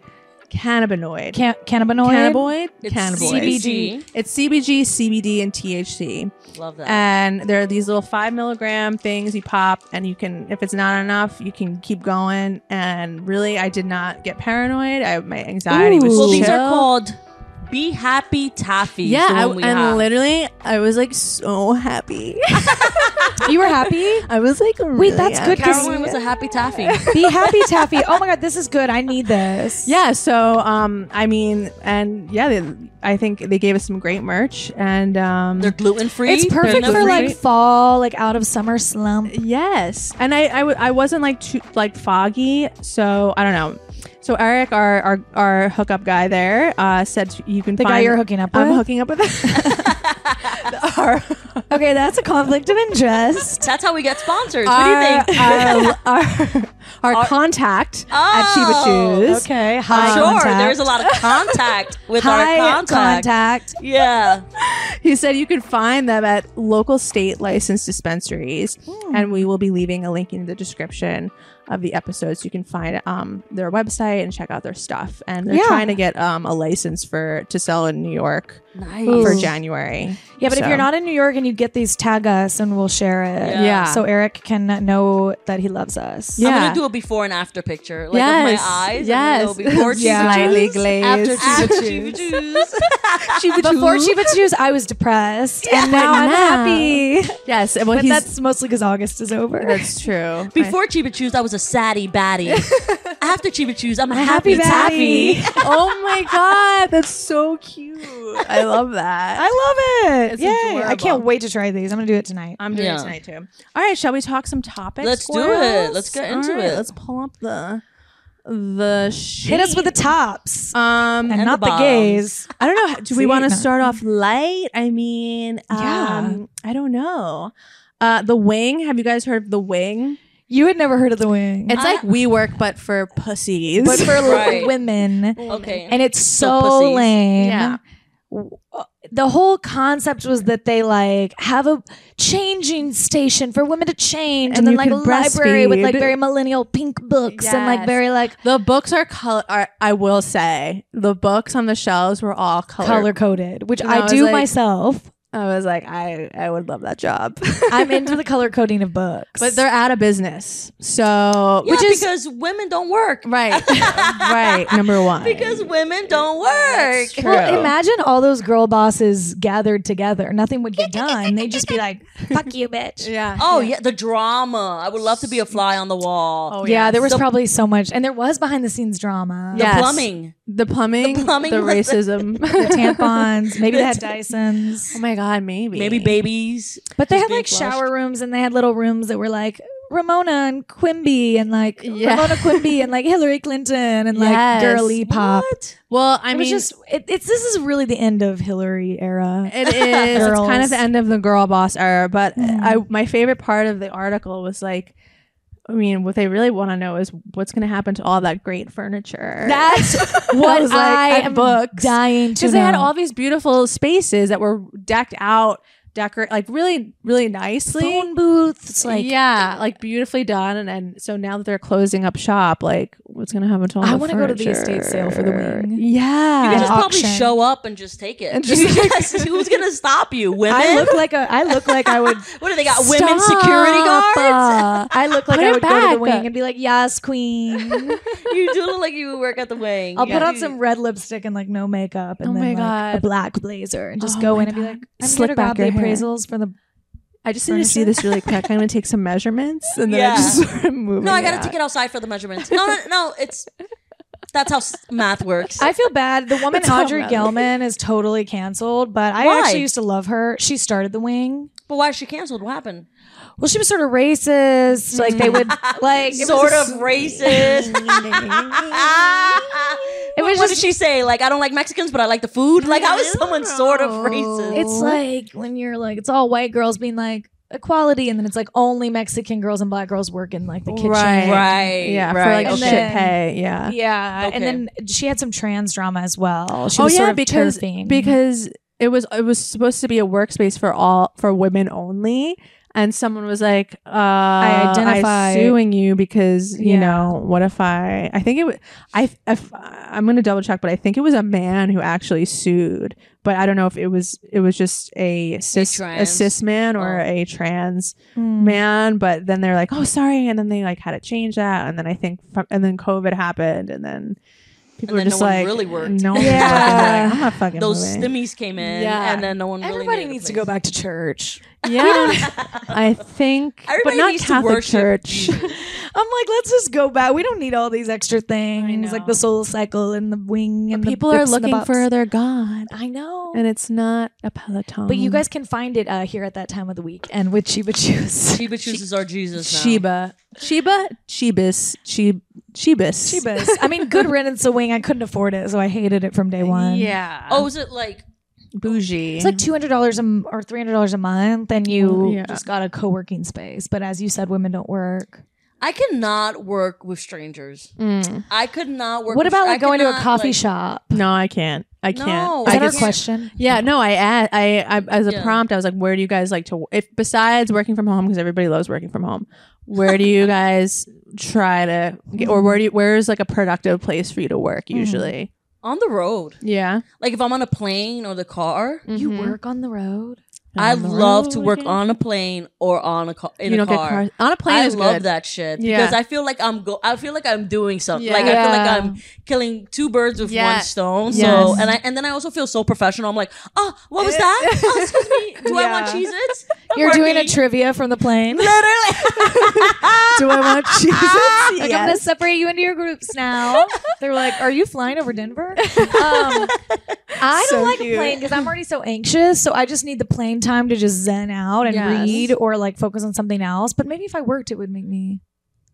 F: cannabinoid,
E: Can- cannabinoid.
F: cannabinoid,
B: It's
F: cannabinoid.
B: CBG.
F: It's CBG, CBD, and THC
B: Love that.
F: and there are these little five milligram things you pop and you can if it's not enough you can keep going and really i did not get paranoid i my anxiety was
E: Ooh.
B: well, these are
F: chill.
B: called Be Happy Taffy.
F: yeah I,
B: we
F: and
B: have.
F: literally i was like so happy
E: *laughs* You were happy.
F: i was like
E: really that's good happy. 'cause-
F: *laughs*
B: Caroline was a happy taffy.
E: Be happy, Taffy. Oh my god, this is good. I need this.
F: yeah so um i mean and yeah they, i think they gave us some great merch and um
B: They're gluten free.
E: It's perfect for like fall, like out of summer slump.
F: Yes, and I I, w- I wasn't like too like foggy, so I don't know. So Eric, our our, our hookup guy there, uh, said you can
E: The
F: find
E: guy you're hooking up with.
F: I'm hooking up with.
E: *laughs*
F: our,
E: okay, that's a conflict of
B: *laughs*
E: interest.
B: That's how we get sponsors. what do you
F: our,
B: think?
F: our, our, our contact at Chiba
B: Oh,
F: Shoes.
E: okay, hi.
B: I'm sure
E: contact.
B: there's a lot of contact with
E: hi
B: our contact.
E: contact.
B: Yeah.
F: He said you can find them at local state licensed dispensaries, and we will be leaving a link in the description of the episode so you can find um, their website and check out their stuff. And they're
E: Yeah.
F: trying to get um, a license for to sell in New York
B: Nice.
E: Ooh.
F: for January.
E: Yeah, but if
F: So-
E: you're not in New York and you get these, tag us and we'll share it.
B: Yeah.
F: Yeah.
E: So Eric can know that he loves us.
F: Yeah.
B: I'm gonna do a before and after picture, like with
F: Yes,
B: my eyes.
F: yes.
B: and then it'll be
F: *laughs*
B: before
E: Yeah.
F: Slightly
B: Chiba Chews,
F: glazed.
B: after Chiba *laughs*
E: After
B: Chews.
E: Before Chiba Chews, I was depressed, and now I'm
F: Now.
E: happy.
F: yes, and
E: But
F: what he's,
E: that's mostly because August is over.
F: that's *laughs* true.
B: Before Chiba Chews, I was a saddy
F: *laughs*
B: baddie. after Chiba Chews, I'm a happy,
E: Happy
B: taffy.
E: Daddy. *laughs*
F: I- oh my god, that's so cute. I love that.
E: I love it.
F: It's
E: Yay. I can't
F: adorable. Um,
E: wait to try these. I'm going to do it tonight.
F: I'm doing
B: Yeah.
F: it tonight too. All right, shall we talk some topics?
B: Let's do it. Let's get into it.
F: Let's pull up the the sheet.
E: Hit us with the tops
F: um.
E: and,
B: the
E: not the,
B: bottoms.
E: gays.
F: I don't know. Do
E: See,
F: we want to
E: no.
F: start off light? I mean,
E: Yeah.
F: um, I don't know. Uh, the wing. Have you guys heard of the wing?
E: You had never heard of the wing.
F: It's like we work, but for pussies.
E: but *laughs*
F: *laughs*
E: for little
B: Right.
E: women.
B: Okay.
E: And it's
B: So
E: so,
B: pussies.
E: lame.
F: Yeah.
E: W- uh, The whole concept was that they like have a changing station for women to change, and,
F: And
E: then
F: you
E: like a
F: can
E: library with like
F: breastfeed.
E: very millennial pink books and like
F: Yes.
E: very like
F: The books are color. Are, I will say the books on the shelves were all color.
E: color coded, which
F: And I
E: I,
F: was
E: do
F: like-
E: myself.
F: *laughs* I was like, I I would love that job, *laughs*
E: I'm into the color coding of books,
F: but they're out of business. So
B: yeah,
F: which is
B: because women don't work.
F: right, right. Number one,
B: Because women don't work.
F: That's true.
E: Well, imagine all those girl bosses gathered together. Nothing would get done. They'd just be
F: *laughs*
E: like, "Fuck you, bitch."
F: yeah.
B: Oh yeah, the drama. I would love to be a fly on the wall.
F: Oh,
E: *laughs* Yeah,
F: yes.
E: there was
B: The-
E: probably so much, and there was behind the scenes drama.
F: Yeah. yes.
B: Plumbing.
F: the plumbing,
B: The
F: the,
B: plumbing was-
F: racism,
E: The tampons, maybe *laughs* they had Dysons,
F: oh my god, maybe
B: Maybe babies.
E: but they
B: Just
E: had
B: being
E: like
B: flushed.
E: shower rooms, and they had little rooms that were like Ramona and Quimby, and like
F: Yeah.
E: Ramona Quimby, and like Hillary Clinton, and like
F: Yes.
E: girly pop.
F: Well,
E: I
F: I mean,
E: mean, just it, it's this is really the end of Hillary era.
F: *laughs* It is. it's kind
E: Girls.
F: of the end of the girl boss era. But
E: Mm.
F: I, my favorite part of the article was like, I mean, what they really want to know is what's going to happen to all that great furniture. *laughs*
E: That's
F: I
E: what
F: was
E: I,
F: like, and
E: am
F: books.
E: dying to
F: because they had
E: know.
F: all these beautiful spaces that were decked out, decorate like really, really nicely.
E: phone booths, like
F: yeah, like beautifully done, and, and so now that they're closing up shop, like what's gonna happen to all
E: I wanna
F: want to
E: go to the estate sale for the wing.
F: Yeah,
B: You
E: At
B: can just probably
E: auction.
B: show up and just take it.
F: And
B: *laughs*
F: just-
B: Because who's gonna stop you? Women?
E: I look like a I look like I
F: *laughs*
E: would
B: what do they got? Women security
E: Stop.
B: guards?
E: I look like
F: Put
E: I
F: it
E: would go to
F: back.
E: the wing and be like, "Yes,
F: *laughs*
E: queen."
B: you do look like you work at the wing.
E: I'll put
B: Yeah.
E: on some red lipstick and like no makeup, and
F: Oh
E: then
F: my
E: like, a
F: God.
E: black blazer, and just
F: Oh
E: go
F: my
E: in and be
F: God.
E: like, "I'm
F: Slick
E: here to
F: back
E: grab the
F: your hair.
E: appraisals for the."
F: I just need to see
E: Furniture.
F: this really quick. I'm gonna take
B: *laughs*
F: some measurements, and then I
B: Yeah.
F: just *laughs* start moving.
B: No, I gotta
F: out.
B: take it outside for the measurements. No, no, no. It's that's how s- math works.
E: I feel bad. The *laughs* woman
F: That's how
E: Audrey
F: I'm-
E: Gelman is totally canceled, but I
B: Why?
E: actually used to love her. She started the wing.
B: but why is she canceled? What happened?
E: Well, she was sort of racist. Like they *laughs* would like it
B: sort
E: was-
B: of *laughs* racist.
E: It
B: It
E: was
B: what
E: just-
B: did she say? Like, I don't like Mexicans, but I like the food. Like, how is someone sort of racist?
E: It's like when you're like it's all white girls being like equality, and then it's like only Mexican girls and black girls work in like the kitchen.
F: Right.
B: right,
F: yeah for
B: right.
F: like
E: And
F: shit
E: then-
F: pay. Yeah.
E: Yeah,
B: Okay.
E: and then she had some trans drama as well. She
F: oh
E: was
F: yeah,
E: sort of
F: because
E: turfing.
F: because it was it was supposed to be a workspace for all for women only, and someone was like, uh, "I
E: identify-
F: suing you because you
E: Yeah.
F: know what if I I think it was I if, I'm gonna double check, but I think it was a man who actually sued, but I don't know if it was it was just a cis a,
B: trans.
F: cis man or
B: Oh. Hmm.
F: a trans man, but then they're like, "Oh, sorry," and then they like had to change that, and then I think from, and then COVID happened, and then. People
B: And then
F: were
B: no
F: just
B: one
F: like,
B: really worked. *laughs*
F: no,
E: Yeah.
F: yeah. I'm not fucking
B: Those
F: moving. *laughs*
B: stimmies came in,
F: Yeah.
B: and then no one.
E: everybody
B: really
E: needs to go back to church.
F: Yeah,
B: back.
F: *laughs* I think,
B: Everybody
F: but not
B: needs to
F: Catholic
B: worship *laughs*
F: Church.
B: Jesus.
E: I'm like, let's just go back. We don't need all these extra things like
F: know.
E: the soul cycle and the wing and the
F: People are
E: bips and the
F: looking
E: bops.
F: for their God,
E: I know.
F: and it's not a Peloton.
E: but you guys can find it uh, here at that time of the week and with Chiba Choose.
B: Sheba chooses our Jesus. Now.
F: Sheba, Sheba, Shebus, Sheb,
E: *laughs*
F: Shebus,
E: Chibas. I mean, good riddance a wing. I couldn't afford it, so I hated it from day one.
F: Yeah.
B: Oh, is it like
F: bougie.
E: It's like two hundred dollars or three hundred dollars a month, and you
F: Well, yeah.
E: just got a co-working space. But as you said, women don't work.
B: I cannot work with strangers.
F: Mm.
B: I could not work.
E: What
B: with
E: about
B: str- I
E: like going to a
B: cannot,
E: coffee
B: like-
E: shop?
F: No, I can't. I
B: No,
F: can't.
E: Is
B: I
E: that our
B: just-
E: question?
F: Yeah, no, I add, I, I as a
B: Yeah.
F: prompt, I was like, where do you guys like to if besides working from home because everybody loves working from home, where do
E: *laughs*
F: you guys try to get or where do you, where is like a productive place for you to work
E: Mm-hmm.
F: usually?
B: on the road.
F: Yeah,
B: Like if I'm on a plane or the car,
E: You
F: Mm-hmm.
E: work on the road.
B: I
F: On the
B: love to
F: road
B: work
F: again.
B: on a plane or on a car. In
F: you
B: a
F: don't
B: car.
F: get cars on a plane.
B: I
F: is
B: love
F: good.
B: that shit
F: Yeah.
B: because I feel like I'm go. I feel like I'm doing something.
F: Yeah.
B: Like I feel like
E: Yeah.
B: I'm killing two birds with
F: Yeah.
B: one stone. So
F: Yes.
B: and I and then I also feel so professional. I'm like, oh, what was
F: *laughs*
B: that? Oh, excuse me. Do I want
F: Yeah. *laughs*
B: cheeses?
E: You're doing a trivia from the
B: *laughs*
E: plane.
F: *laughs* Do I
E: *laughs*
F: want cheeses?
E: Like I'm gonna separate you into your groups now. *laughs* They're like, "Are you flying over Denver?" Um, *laughs* I don't
F: So
E: like
F: cute.
E: a plane because I'm already so anxious. So I just need the plane time to just zen out and
F: Yes.
E: read or like focus on something else. But maybe if I worked, it would make me.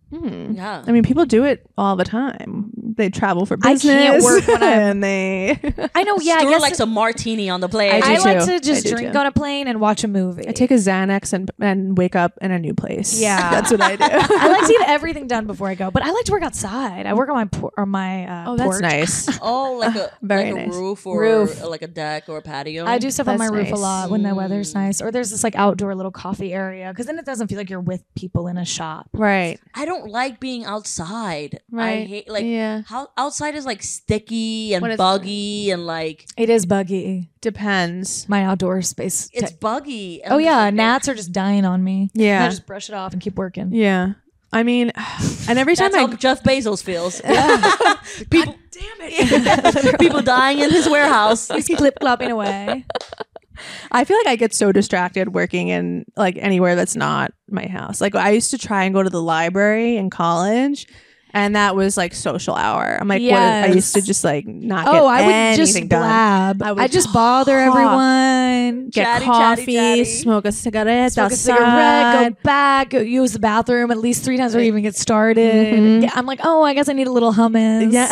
F: Hmm.
B: Yeah.
F: I mean, people do it all the time. They travel for
E: I
F: business.
E: can't work
F: *laughs*
E: when I'm- *laughs*
F: and they.
E: I
F: Oh,
E: know. Yeah,
B: Stuart
E: I guess
B: likes a martini on the plane.
F: I do
E: I like
F: too.
E: to just
F: I do
E: drink
F: too.
E: on a plane and watch a movie.
F: I take a Xanax and and wake up in a new place.
E: Yeah.
F: *laughs* that's what I do.
E: *laughs* I
F: *laughs*
E: like to get everything done before I go, but I like to work outside. I work on my por- or my uh,
F: oh, that's
E: porch.
F: nice.
E: *laughs*
B: Oh, like a
F: Very
B: like
F: nice.
B: a roof or
E: Roof.
B: like a deck or a patio.
E: I do stuff on my
F: That's
E: roof a
F: nice.
E: lot when the weather's
B: Mm.
E: nice, or there's this like outdoor little coffee area because then it doesn't feel like you're with people in a shop.
F: Right.
B: I don't like being outside. I
F: Right.
B: hate like
F: yeah.
B: how outside is like sticky
F: When
B: and
F: it's-
B: buggy and like
E: It is buggy.
F: Depends.
E: My outdoor space.
B: it's
E: tech-
B: buggy. and
E: oh
B: I'm just
E: yeah,
B: like,
E: gnats are just dying on me. And I
F: Yeah.
E: just brush it off and keep working.
F: Yeah. I mean, *sighs* and
E: *laughs*
F: every time
B: That's
F: I
B: how Jeff Bezos
F: *laughs*
B: feels. *laughs* people, damn
E: *laughs*
B: it! people dying in his warehouse.
E: He's flip flopping *laughs* away.
F: I feel like I get so distracted working in like anywhere that's not my house. Like I used to try and go to the library in college. And that was like social hour. I'm like, what?
E: Yes.
F: I used to just like not.
E: Oh,
F: get
E: I would
F: anything
E: just
F: done.
E: blab.
F: I
E: I
F: would
E: would just bother
F: talk.
E: everyone.
F: Get
B: Chatty,
F: coffee,
B: chatty, chatty.
F: smoke a cigarette
E: Smoke a cigarette,
F: outside.
E: go back, go use the bathroom at least three times before you even get started. *laughs*
F: Mhm. *laughs*
E: Yeah, I'm like, oh, I guess I need a little hummus.
F: Yeah.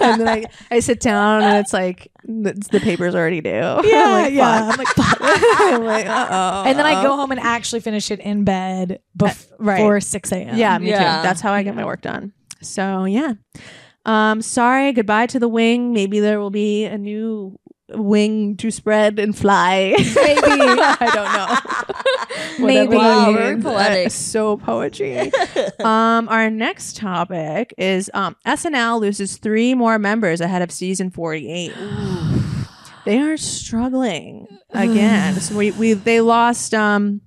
F: and then I, I sit down and it's like It's- the papers already due. *laughs* Yeah,
E: Yeah, yeah.
F: *laughs*
E: I'm like, fuck.
F: uh
E: *laughs* and then I go home and actually finish it in bed bef-
F: right.
E: before 6 a.m.
F: Yeah, me
B: Yeah.
F: too. That's how I get my work done. So yeah. Um, sorry, goodbye to the wing. Maybe there will be a new wing to spread and fly. Maybe *laughs* *laughs*
B: *laughs*
F: I don't know.
E: Maybe.
F: Whatever
E: Wow,
F: it
B: very
F: means.
B: poetic.
F: Uh,
B: *laughs*
F: so poetry. um, our next topic is um, SNL loses three more members ahead of season forty-eight.
B: *sighs*
F: they are struggling
B: *sighs*
F: again. so we, we they lost um,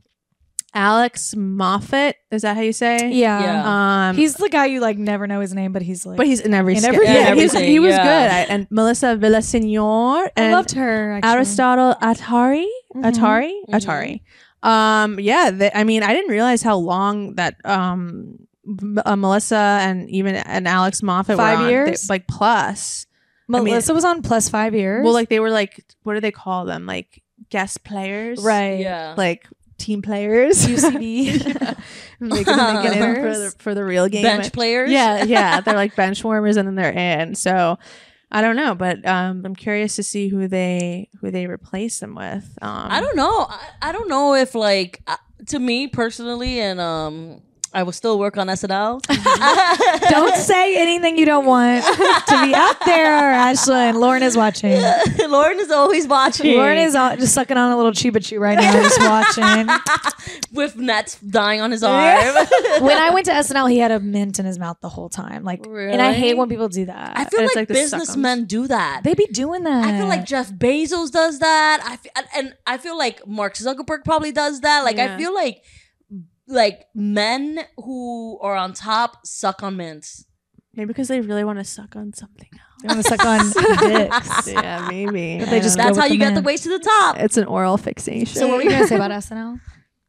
F: Alex Moffat. Is that how you say?
E: Yeah.
B: Yeah.
F: Um,
E: he's the guy you like never know his name, but he's like,
F: but he's in every
E: In
F: skit.
E: everything.
F: Yeah, he's-
B: Everything,
F: he was
B: yeah.
F: good. I, and Melissa Villasenor
E: I
F: and
E: loved her. Actually.
F: Aristotle Atari,
E: Mhm.
F: Atari,
B: Mhm.
F: Atari. Um, yeah. They, I mean, I didn't realize how long that um, M- uh, Melissa and even and Alex Moffat
E: Five
F: were on.
E: years?
F: They- like plus. mean-
E: Melissa was on plus five years.
F: Well, like they were like, what do they call them? Like guest
E: *laughs*
F: players,
E: right. *laughs*
B: yeah.
F: Like team players,
E: UCB.
F: yeah. And they couldn't *laughs* get in for the, for the real game.
B: Bench players. *laughs*
E: *laughs*
F: Yeah, yeah. They're like bench warmers and then they're in. So I don't know, but um, I'm curious to see who they who they replace them with. Um,
B: I don't know. I, I don't know if like uh, to me personally, and um, I will still work on SNL.
F: Mm-hmm.
E: don't say anything you don't want to be out there, Ashlyn. Lauren is watching.
B: *laughs* Lauren is always watching.
E: Lauren is all, just sucking on a little Chupa Chew right now, just watching.
B: with Nets dying on his arm.
F: *laughs*
E: When I went to SNL, he had a mint in his mouth the whole time. Like, and I
B: Really?
E: hate when people do that.
B: I feel
F: And
B: like,
F: it's like the
B: businessmen do that.
E: they be doing that.
B: I feel like Jeff Bezos does that. I fe- and I feel like Mark Zuckerberg probably does that. Like I
F: Yeah.
B: feel like like men who are on top suck on mints.
F: Maybe because they really want to suck on something
E: they want to suck on *laughs* dicks.
F: yeah, maybe.
E: But they
F: I
E: just go
F: don't
B: That's
E: with
B: how
E: the
B: you get the
E: men.
B: way to the top.
F: know. it's an oral fixation.
E: So, what were you gonna say about SNL?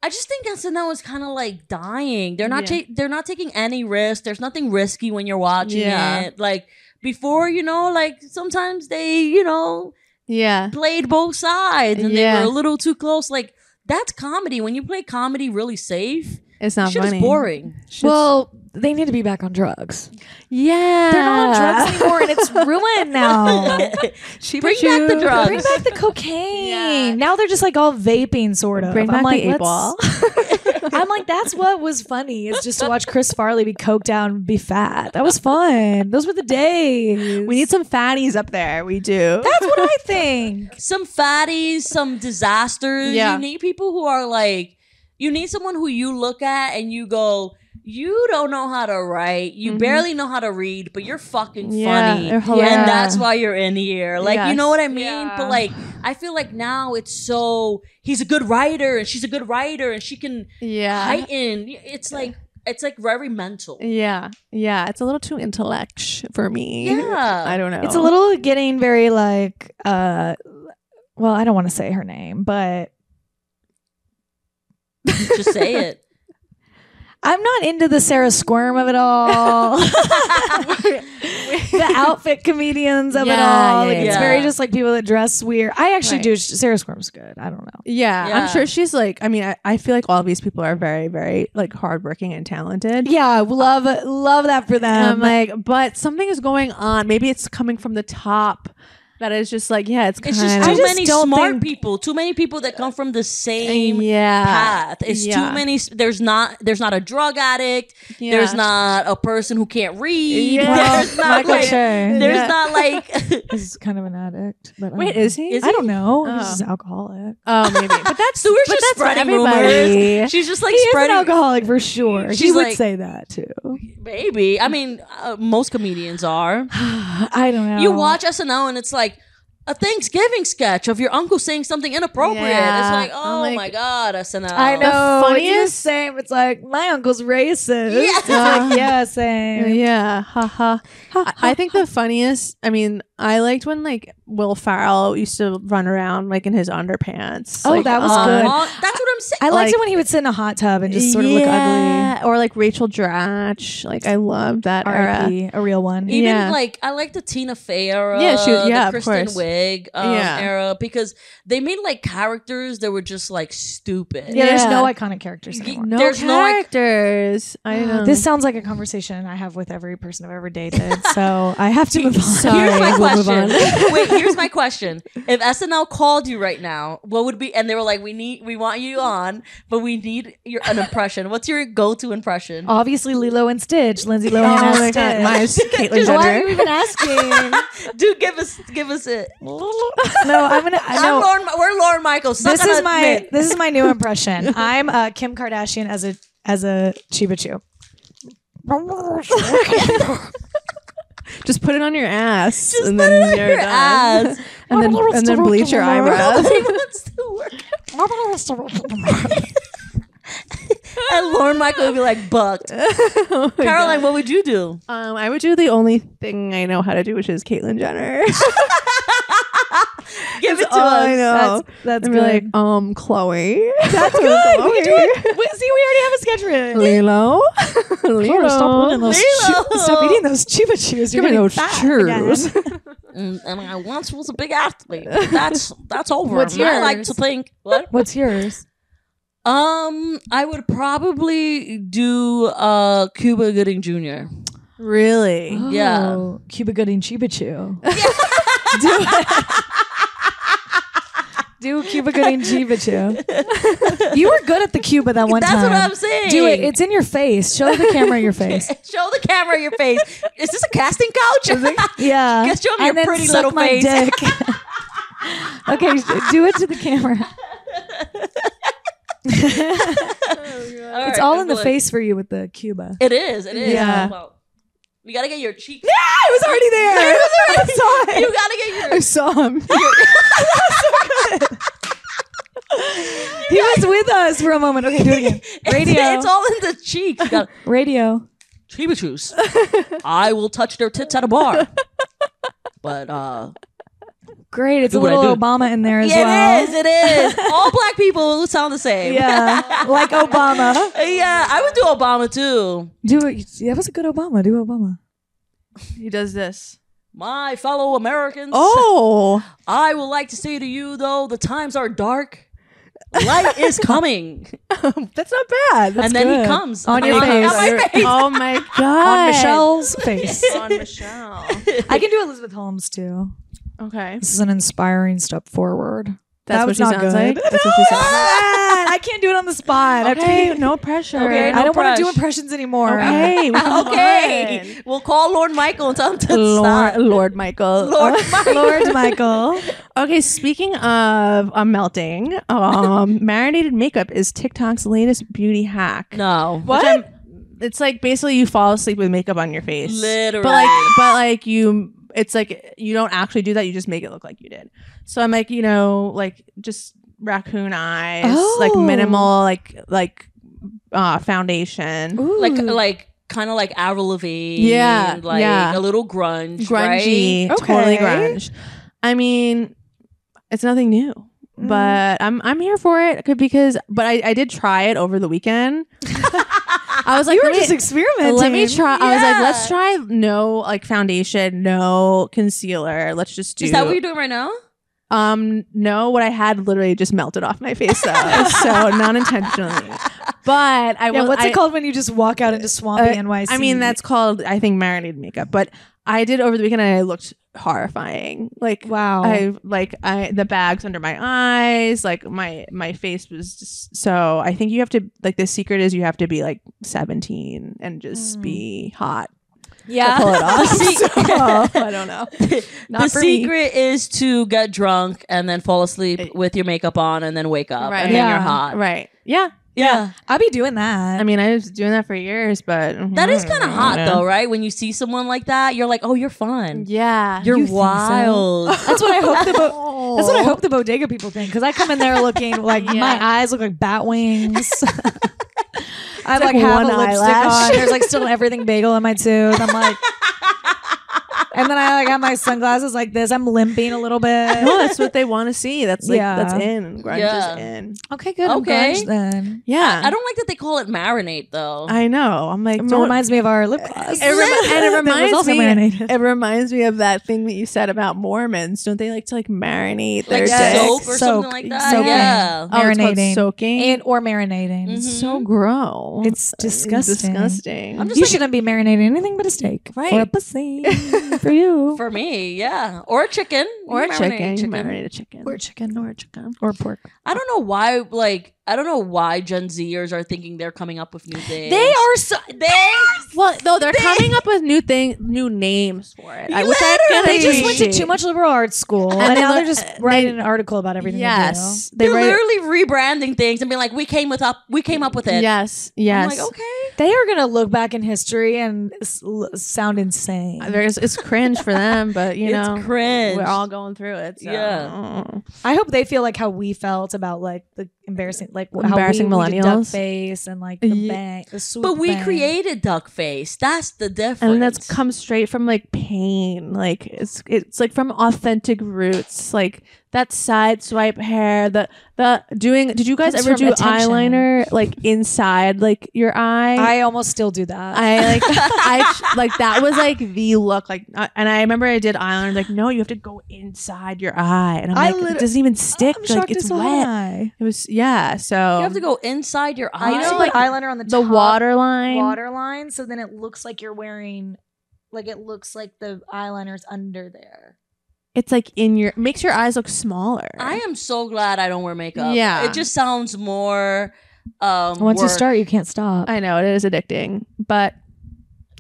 B: I just think SNL is kind of like dying. They're not
F: Yeah.
B: ta- they're not taking any risk. There's nothing risky when you're watching
F: Yeah.
B: it. Like before, you know, like sometimes they, you know,
F: *laughs* yeah,
B: played both sides and they
F: Yeah.
B: were a little too close. Like that's comedy. When you play comedy really safe,
F: it's not
B: shit
F: funny.
B: is boring.
F: Shit's-
E: Well, they need to be back on drugs.
F: yeah,
E: They're not on
F: *laughs*
E: drugs anymore, and it's ruined now.
B: *laughs*
F: She
B: Bring back the drugs.
E: Bring back the cocaine.
F: Yeah.
E: Now they're just like all vaping, sort of.
F: Bring back
E: I'm like,
F: the
E: let's-
F: eight ball.
E: *laughs* I'm like, that's what was funny is just to watch Chris Farley be coked out and be fat. That was fun. Those were the days.
F: we need some fatties up there. We do.
E: That's what I
F: *laughs*
E: think.
B: Some fatties, some disasters.
F: Yeah.
B: You need people who are like, you need someone who you look at and you go, you don't know how to write. You
F: Mhm.
B: barely know how to read, but you're fucking
F: Yeah,
B: funny.
F: they're
E: Yeah.
B: and that's why you're in here. Like, you
F: Yes.
B: know what I mean?
A: Yeah.
B: But like, I feel like now it's so he's a good writer and she's a good writer and she can
F: yeah,
B: heighten. It's like it's like very mental.
F: Yeah, yeah, it's a little too intellect for me.
B: Yeah.
F: I don't know.
E: It's a little getting very like, uh, well, I don't want to say her name, but
B: Just say it.
E: I'm not into the Sarah Squirm of it
F: *laughs*
E: all. *laughs* the outfit comedians of it
F: Yeah,
E: all.
F: yeah,
E: like, It's
B: yeah.
E: very just like people that dress weird. I actually
F: Right.
E: do. Sarah Squirm's good. I don't know.
F: Yeah,
B: Yeah.
F: I'm sure she's like. I mean, I, I feel like all these people are very, very like hardworking and talented.
E: Yeah, love love that for
F: And
E: them.
F: I'm *laughs* like, but something is going on. Maybe it's coming from the top. That is just like, yeah, it's kind
B: It's just
F: of
B: too
E: I just
B: many
E: don't
B: smart
E: think-
B: people, too many people that come from the same
F: yeah,
B: path. It's
F: Yeah.
B: too many. s- There's not. There's not a drug addict.
F: Yeah.
B: There's not a person who can't read.
F: Yeah.
B: *laughs*
E: *laughs*
B: There's not
E: Michael
B: like.
E: Che
B: There's
F: Yeah.
B: not
E: *laughs*
B: like. *laughs*
E: is kind of an addict. But I
F: Wait,
E: don't know.
F: is he?
B: Is
E: I don't know.
F: Oh.
E: He's an alcoholic.
F: Oh, maybe. But
B: *laughs*
F: that's
B: So we're
F: but
B: just
F: that's for
B: spreading
F: everybody.
B: rumors. She's just like
E: he is an
B: spreading.
E: alcoholic for sure. She
B: She's
E: would
B: like-
E: say that too. *sighs*
B: Maybe. I mean, uh, most comedians are.
E: I don't know.
B: You watch SNL and it's like a Thanksgiving sketch of your uncle saying something inappropriate.
F: Yeah.
B: It's like, oh
F: I'm like-
B: my god, SNL.
E: I know.
F: uh, The
E: It's
F: funniest-
E: the same. It's like my uncle's racist.
B: Yeah.
E: It's like, yeah, same.
F: Yeah, haha. I I think the funniest. I mean, I liked when like Will Farrell used to run around like in his underpants.
E: Oh,
F: like,
E: that was
F: on-
E: good.
B: Well, Uh, that's what I'm saying.
E: I liked
F: Like-
E: it when he would sit in a hot tub and just sort of look ugly.
F: Yeah, or like Rachel Dratch. Like I love that era.
E: R.I.P. A real one.
F: Yeah.
E: Yeah.
B: Even like I like the Tina Fey era,
F: Yeah, she was-
B: the
F: yeah, of
B: Kristen
F: course.
B: Wiig um,
F: Yeah.
B: era because they made like characters that were just like stupid.
F: Yeah.
E: There's no iconic characters
B: Y-
E: anymore. Um,
F: No
B: There's no, like-
F: characters.
E: *sighs*
F: I know.
E: This sounds like a conversation I have with every person I've ever dated. So I have to move
B: Here's
E: on.
B: my
E: We'll move on.
B: question. *laughs* Wait, here's
F: *laughs*
B: my question. If SNL called you right now, what would be? And they were like, "We need, we want you on, but we need your an impression. What's your go-to impression?"
E: Obviously, Lilo and Stitch, Lindsay
F: oh
E: Lohan
F: my
E: as
F: god,
B: *laughs*
E: Stitch.
F: mine's Caitlyn
E: Why are you
F: Jenner.
E: even asking?
B: Do give us, give us it.
E: *laughs* no, I'm gonna. I
B: I'm
E: know.
B: Lauren, we're Lauren Michaels.
E: this
B: Suck on
E: is
B: a
E: my
B: mitt.
E: this is my new impression. I'm uh, Kim Kardashian as a as a Chiba Chew.
F: Just put it on your ass,
B: Just
F: and
B: put
F: then
B: it on
F: you're
B: your
F: done.
B: ass.
F: *laughs* and then and then bleach your *laughs* eyebrows.
B: Nobody wants to work. And Lauren Michael would be like, "Bucked."
F: Oh my
B: Caroline, what would you do?
F: God. um, I would do the only thing I know how to do, which is
E: *laughs*
F: Caitlyn Jenner. *laughs*
B: Give it to
F: all I
B: us.
F: know.
E: That's that's
F: and be
E: good.
F: like,
E: *laughs*
F: um, Chloe.
E: that's good. We do it. We, see, we already have a sketch written.
F: *laughs* Lilo.
E: Lilo, stop eating
F: Lilo.
E: those.
B: Lilo.
E: Chew- *laughs* stop eating those Chupa Chews. You're
F: Give me
E: getting
F: those
E: fat
F: chews.
B: *laughs*
E: again.
B: Mm, I mean, I once was a big athlete. but That's that's over.
E: What's
B: And I like
E: yours?
B: to think. What?
E: *laughs* What's yours?
B: Um, I would probably do uh Cuba Gooding Jr.
F: Really?
E: *gasps*
B: Yeah.
E: Oh, Cuba Gooding Chupa
B: *laughs*
E: Chew. *laughs* Do Cuba Gooding Chupa Chew.
B: *laughs*
E: You were good at the Cuba that one
B: That's
E: time.
B: what I'm saying.
E: Do it. It's in your face. Show the
B: *laughs*
E: camera your face.
B: Show the camera your face. Is this a casting *laughs* couch?
E: Yeah.
B: Just show 'em
E: and
B: your
E: then
B: pretty
E: suck
B: little
E: my
B: face. *laughs*
E: dick. *laughs* okay, sh- do it to the camera. It's all in the face for you with the Cuba.
B: It is. It is.
F: Yeah.
B: Well, you gotta get your cheek.
E: I was already there. *laughs* I saw
B: You gotta
E: *laughs*
B: get your.
F: I saw him.
E: He was with us for a moment. Okay, do it again. Radio.
B: *laughs* It's, it's all in the cheek. You gotta,
E: Radio.
B: Chiba Chews. *laughs* I will touch their tits at a bar. But uh
E: Great. It's
B: Do
E: a
B: what I
E: little
B: do.
E: Obama in there as
B: yeah,
E: well.
B: it is, it is. *laughs* All black people sound the same. *laughs*
E: Yeah, like Obama.
B: Yeah, I would do Obama too.
E: Do it. That was a good Obama. Do Obama.
F: He does this.
B: My fellow Americans.
F: Oh,
B: I would like to say to you though, the times are dark. Light is coming.
F: that's not bad.
B: and then
E: good.
B: he comes.
E: On your
B: On
E: face.
F: *laughs*
B: my face.
F: oh my god.
E: On
F: *laughs*
E: Michelle's face.
F: On Michelle.
E: I can do Elizabeth Holmes too.
F: Okay.
E: This is an inspiring step forward. That
F: That's what
E: was
F: she
E: not
F: sounds like.
E: good.
F: That's what she sounds
E: I can't do it on the spot. I
F: like.
E: have to be-
F: no pressure.
B: Okay,
E: I
B: no
E: don't want to do
B: pressure.
E: impressions anymore.
F: Okay. *laughs* we can move
B: Okay.
F: on.
B: We'll call Lord Michael and tell him to
F: Lord,
B: stop.
F: Lord Michael.
B: Lord
F: *laughs*
B: Michael.
E: Lord Michael.
F: Okay, speaking of uh, melting, um, *laughs* marinated makeup is TikTok's latest beauty hack.
B: No.
F: What? I'm, it's like basically you fall asleep with makeup on your face.
B: Literally.
F: But like, but like you, it's like you don't actually do that. You just make it look like you did. So I'm like, you know, like just raccoon eyes, like
E: Oh.
F: minimal, like like uh foundation.
B: like
E: Ooh.
B: like kind of like Avril Lavigne.
F: Yeah,
B: like
F: yeah.
B: a little grunge, right? *laughs*
F: grungy,
E: right?
F: totally
E: Okay.
F: grunge. I mean, it's nothing new,
E: Mm.
F: but I'm I'm here for it c- because. But I, I did try it over the weekend. I was like,
E: you were
F: let me-
E: just experimenting.
F: let me try. I was like, let's
B: Yeah.
F: try no like foundation, no concealer. Let's just do.
B: Is that what you're doing right now?
F: um, no, what I had literally just melted off my face though, so not intentionally. But I
E: Yeah,
F: will-
E: what's
F: I,
E: it called when you just walk out into swampy
F: Uh,
E: NYC?
F: I mean, that's called I think marinated makeup. But I did over the weekend, and I looked horrifying. Like
E: wow.
F: I like I the bags under my eyes, like my my face was just so I think you have to like the secret is you have to be like 17 and just
E: Mm.
F: be hot. *laughs*
B: Yeah.
F: to pull it
B: *laughs*
F: off.
B: The se-
F: So, I don't know. *laughs* Not
B: *laughs* the
F: for me.
B: secret is to get drunk and then fall asleep with your makeup on and then wake up
F: Right.
B: and then
E: Yeah.
B: you're hot.
F: Right. Yeah.
B: Yeah.
E: I'll be doing that. *laughs*
F: I mean, I was doing that for years, but mm-hmm.
B: That is kind of hot though, right? When you see someone like that, you're like, "Oh, you're fun.
F: Yeah.
B: You're
E: You think so?
F: *laughs*
B: wild."
E: that's what I hope the bo- that's what I hope *laughs* the bodega people think because I come in there looking like my eyes look like bat *laughs* wings. I
F: It's
E: like,
F: like
E: have
F: one
E: a lipstick
F: eyelash.
E: on. There's like *laughs* still an everything bagel in my tooth. I'm *laughs* like, and then I like have my sunglasses like this. I'm limping a little *laughs*
F: *laughs* no,
E: bit.
F: that's what they want to see. that's like
E: Yeah.
F: that's in grunge
B: Yeah.
F: is in
E: Okay, good.
B: Okay.
E: Okay, then
F: yeah
B: I don't like that they call it marinate though?
F: I know. I'm like,
E: It
F: don't-
E: reminds me of our lip gloss.
F: It remi- and
E: *laughs*
F: it
E: That was
F: reminds
E: also
F: me-
E: marinated.
F: it reminds me of that thing that you said about Mormons. Don't they like to like marinate their
B: like
E: Yes.
F: dicks?
B: soap or something
E: Soak.
B: like that.
E: Soaking.
B: Yeah.
F: Oh, it's called
E: Marinating.
F: soaking.
E: and or marinating.
B: Mhm.
F: So gross.
E: It's disgusting.
F: Mm-hmm. Disgusting.
B: I'm just
E: you
B: like-
E: shouldn't be marinating anything but a steak or a
B: Right.
E: pussy for you
B: For me, yeah. Or a chicken.
F: or a
B: Marinate
F: chicken. You marinate a chicken.
E: or chicken
F: or a chicken.
E: or pork.
B: I don't know why, like, I don't know why Gen Zers are thinking they're coming up with new things.
E: They are so.
B: They
F: Well, no, they're coming up with new thing, new names for it, I- which I can
E: They just went to
F: appreciate.
E: too much liberal arts school, and,
F: And they
E: now they're
F: learn-
E: just
F: uh, they-
E: writing an article about everything.
F: Yes,
B: They
F: they
B: are
F: write.
B: literally rebranding things and being like, we came with up, we came up with it.
F: Yes,
B: I'm
F: yes.
B: like, okay.
E: they, do. they are going to look back in history and s- l- sound insane.
F: There's, it's cringe for them, but you know,
B: it's cringe.
F: we're all going through it. so.
B: Yeah.
E: I hope they feel like how we felt about like the embarrassing, like how
F: Embarrassing
E: we, we did duck
F: millennials.
E: face and like the
F: Ye-
E: bang, the swoop
B: but we
E: bang.
B: created duck face. That's the difference.
F: and that's come straight from like pain like it's it's like from authentic roots like that side swipe hair the the doing did you guys
E: Comes
F: ever
E: from
F: do
E: attention.
F: eyeliner like inside like your eye
E: I almost still do that.
F: I like I like that was like the look like uh, and I remember I did eyeliner like no you have to go inside your eye and I'm
E: I
F: like
E: lit-
F: it doesn't even stick
E: I'm
F: like
E: shocked
F: it's
E: as well.
F: wet it was yeah so
B: you have to go inside your
E: I
B: eyes.
E: used to
F: know,
E: put eyeliner on the
F: the
E: top
F: water line
E: water line, so then it looks like you're wearing, like it looks like the eyeliner's under there.
F: it's like in your makes your eyes look smaller
B: I am so glad I don't wear makeup.
F: Yeah.
B: It just sounds more um
E: Once you
B: work.
E: start, you can't stop.
F: I know it is addicting, but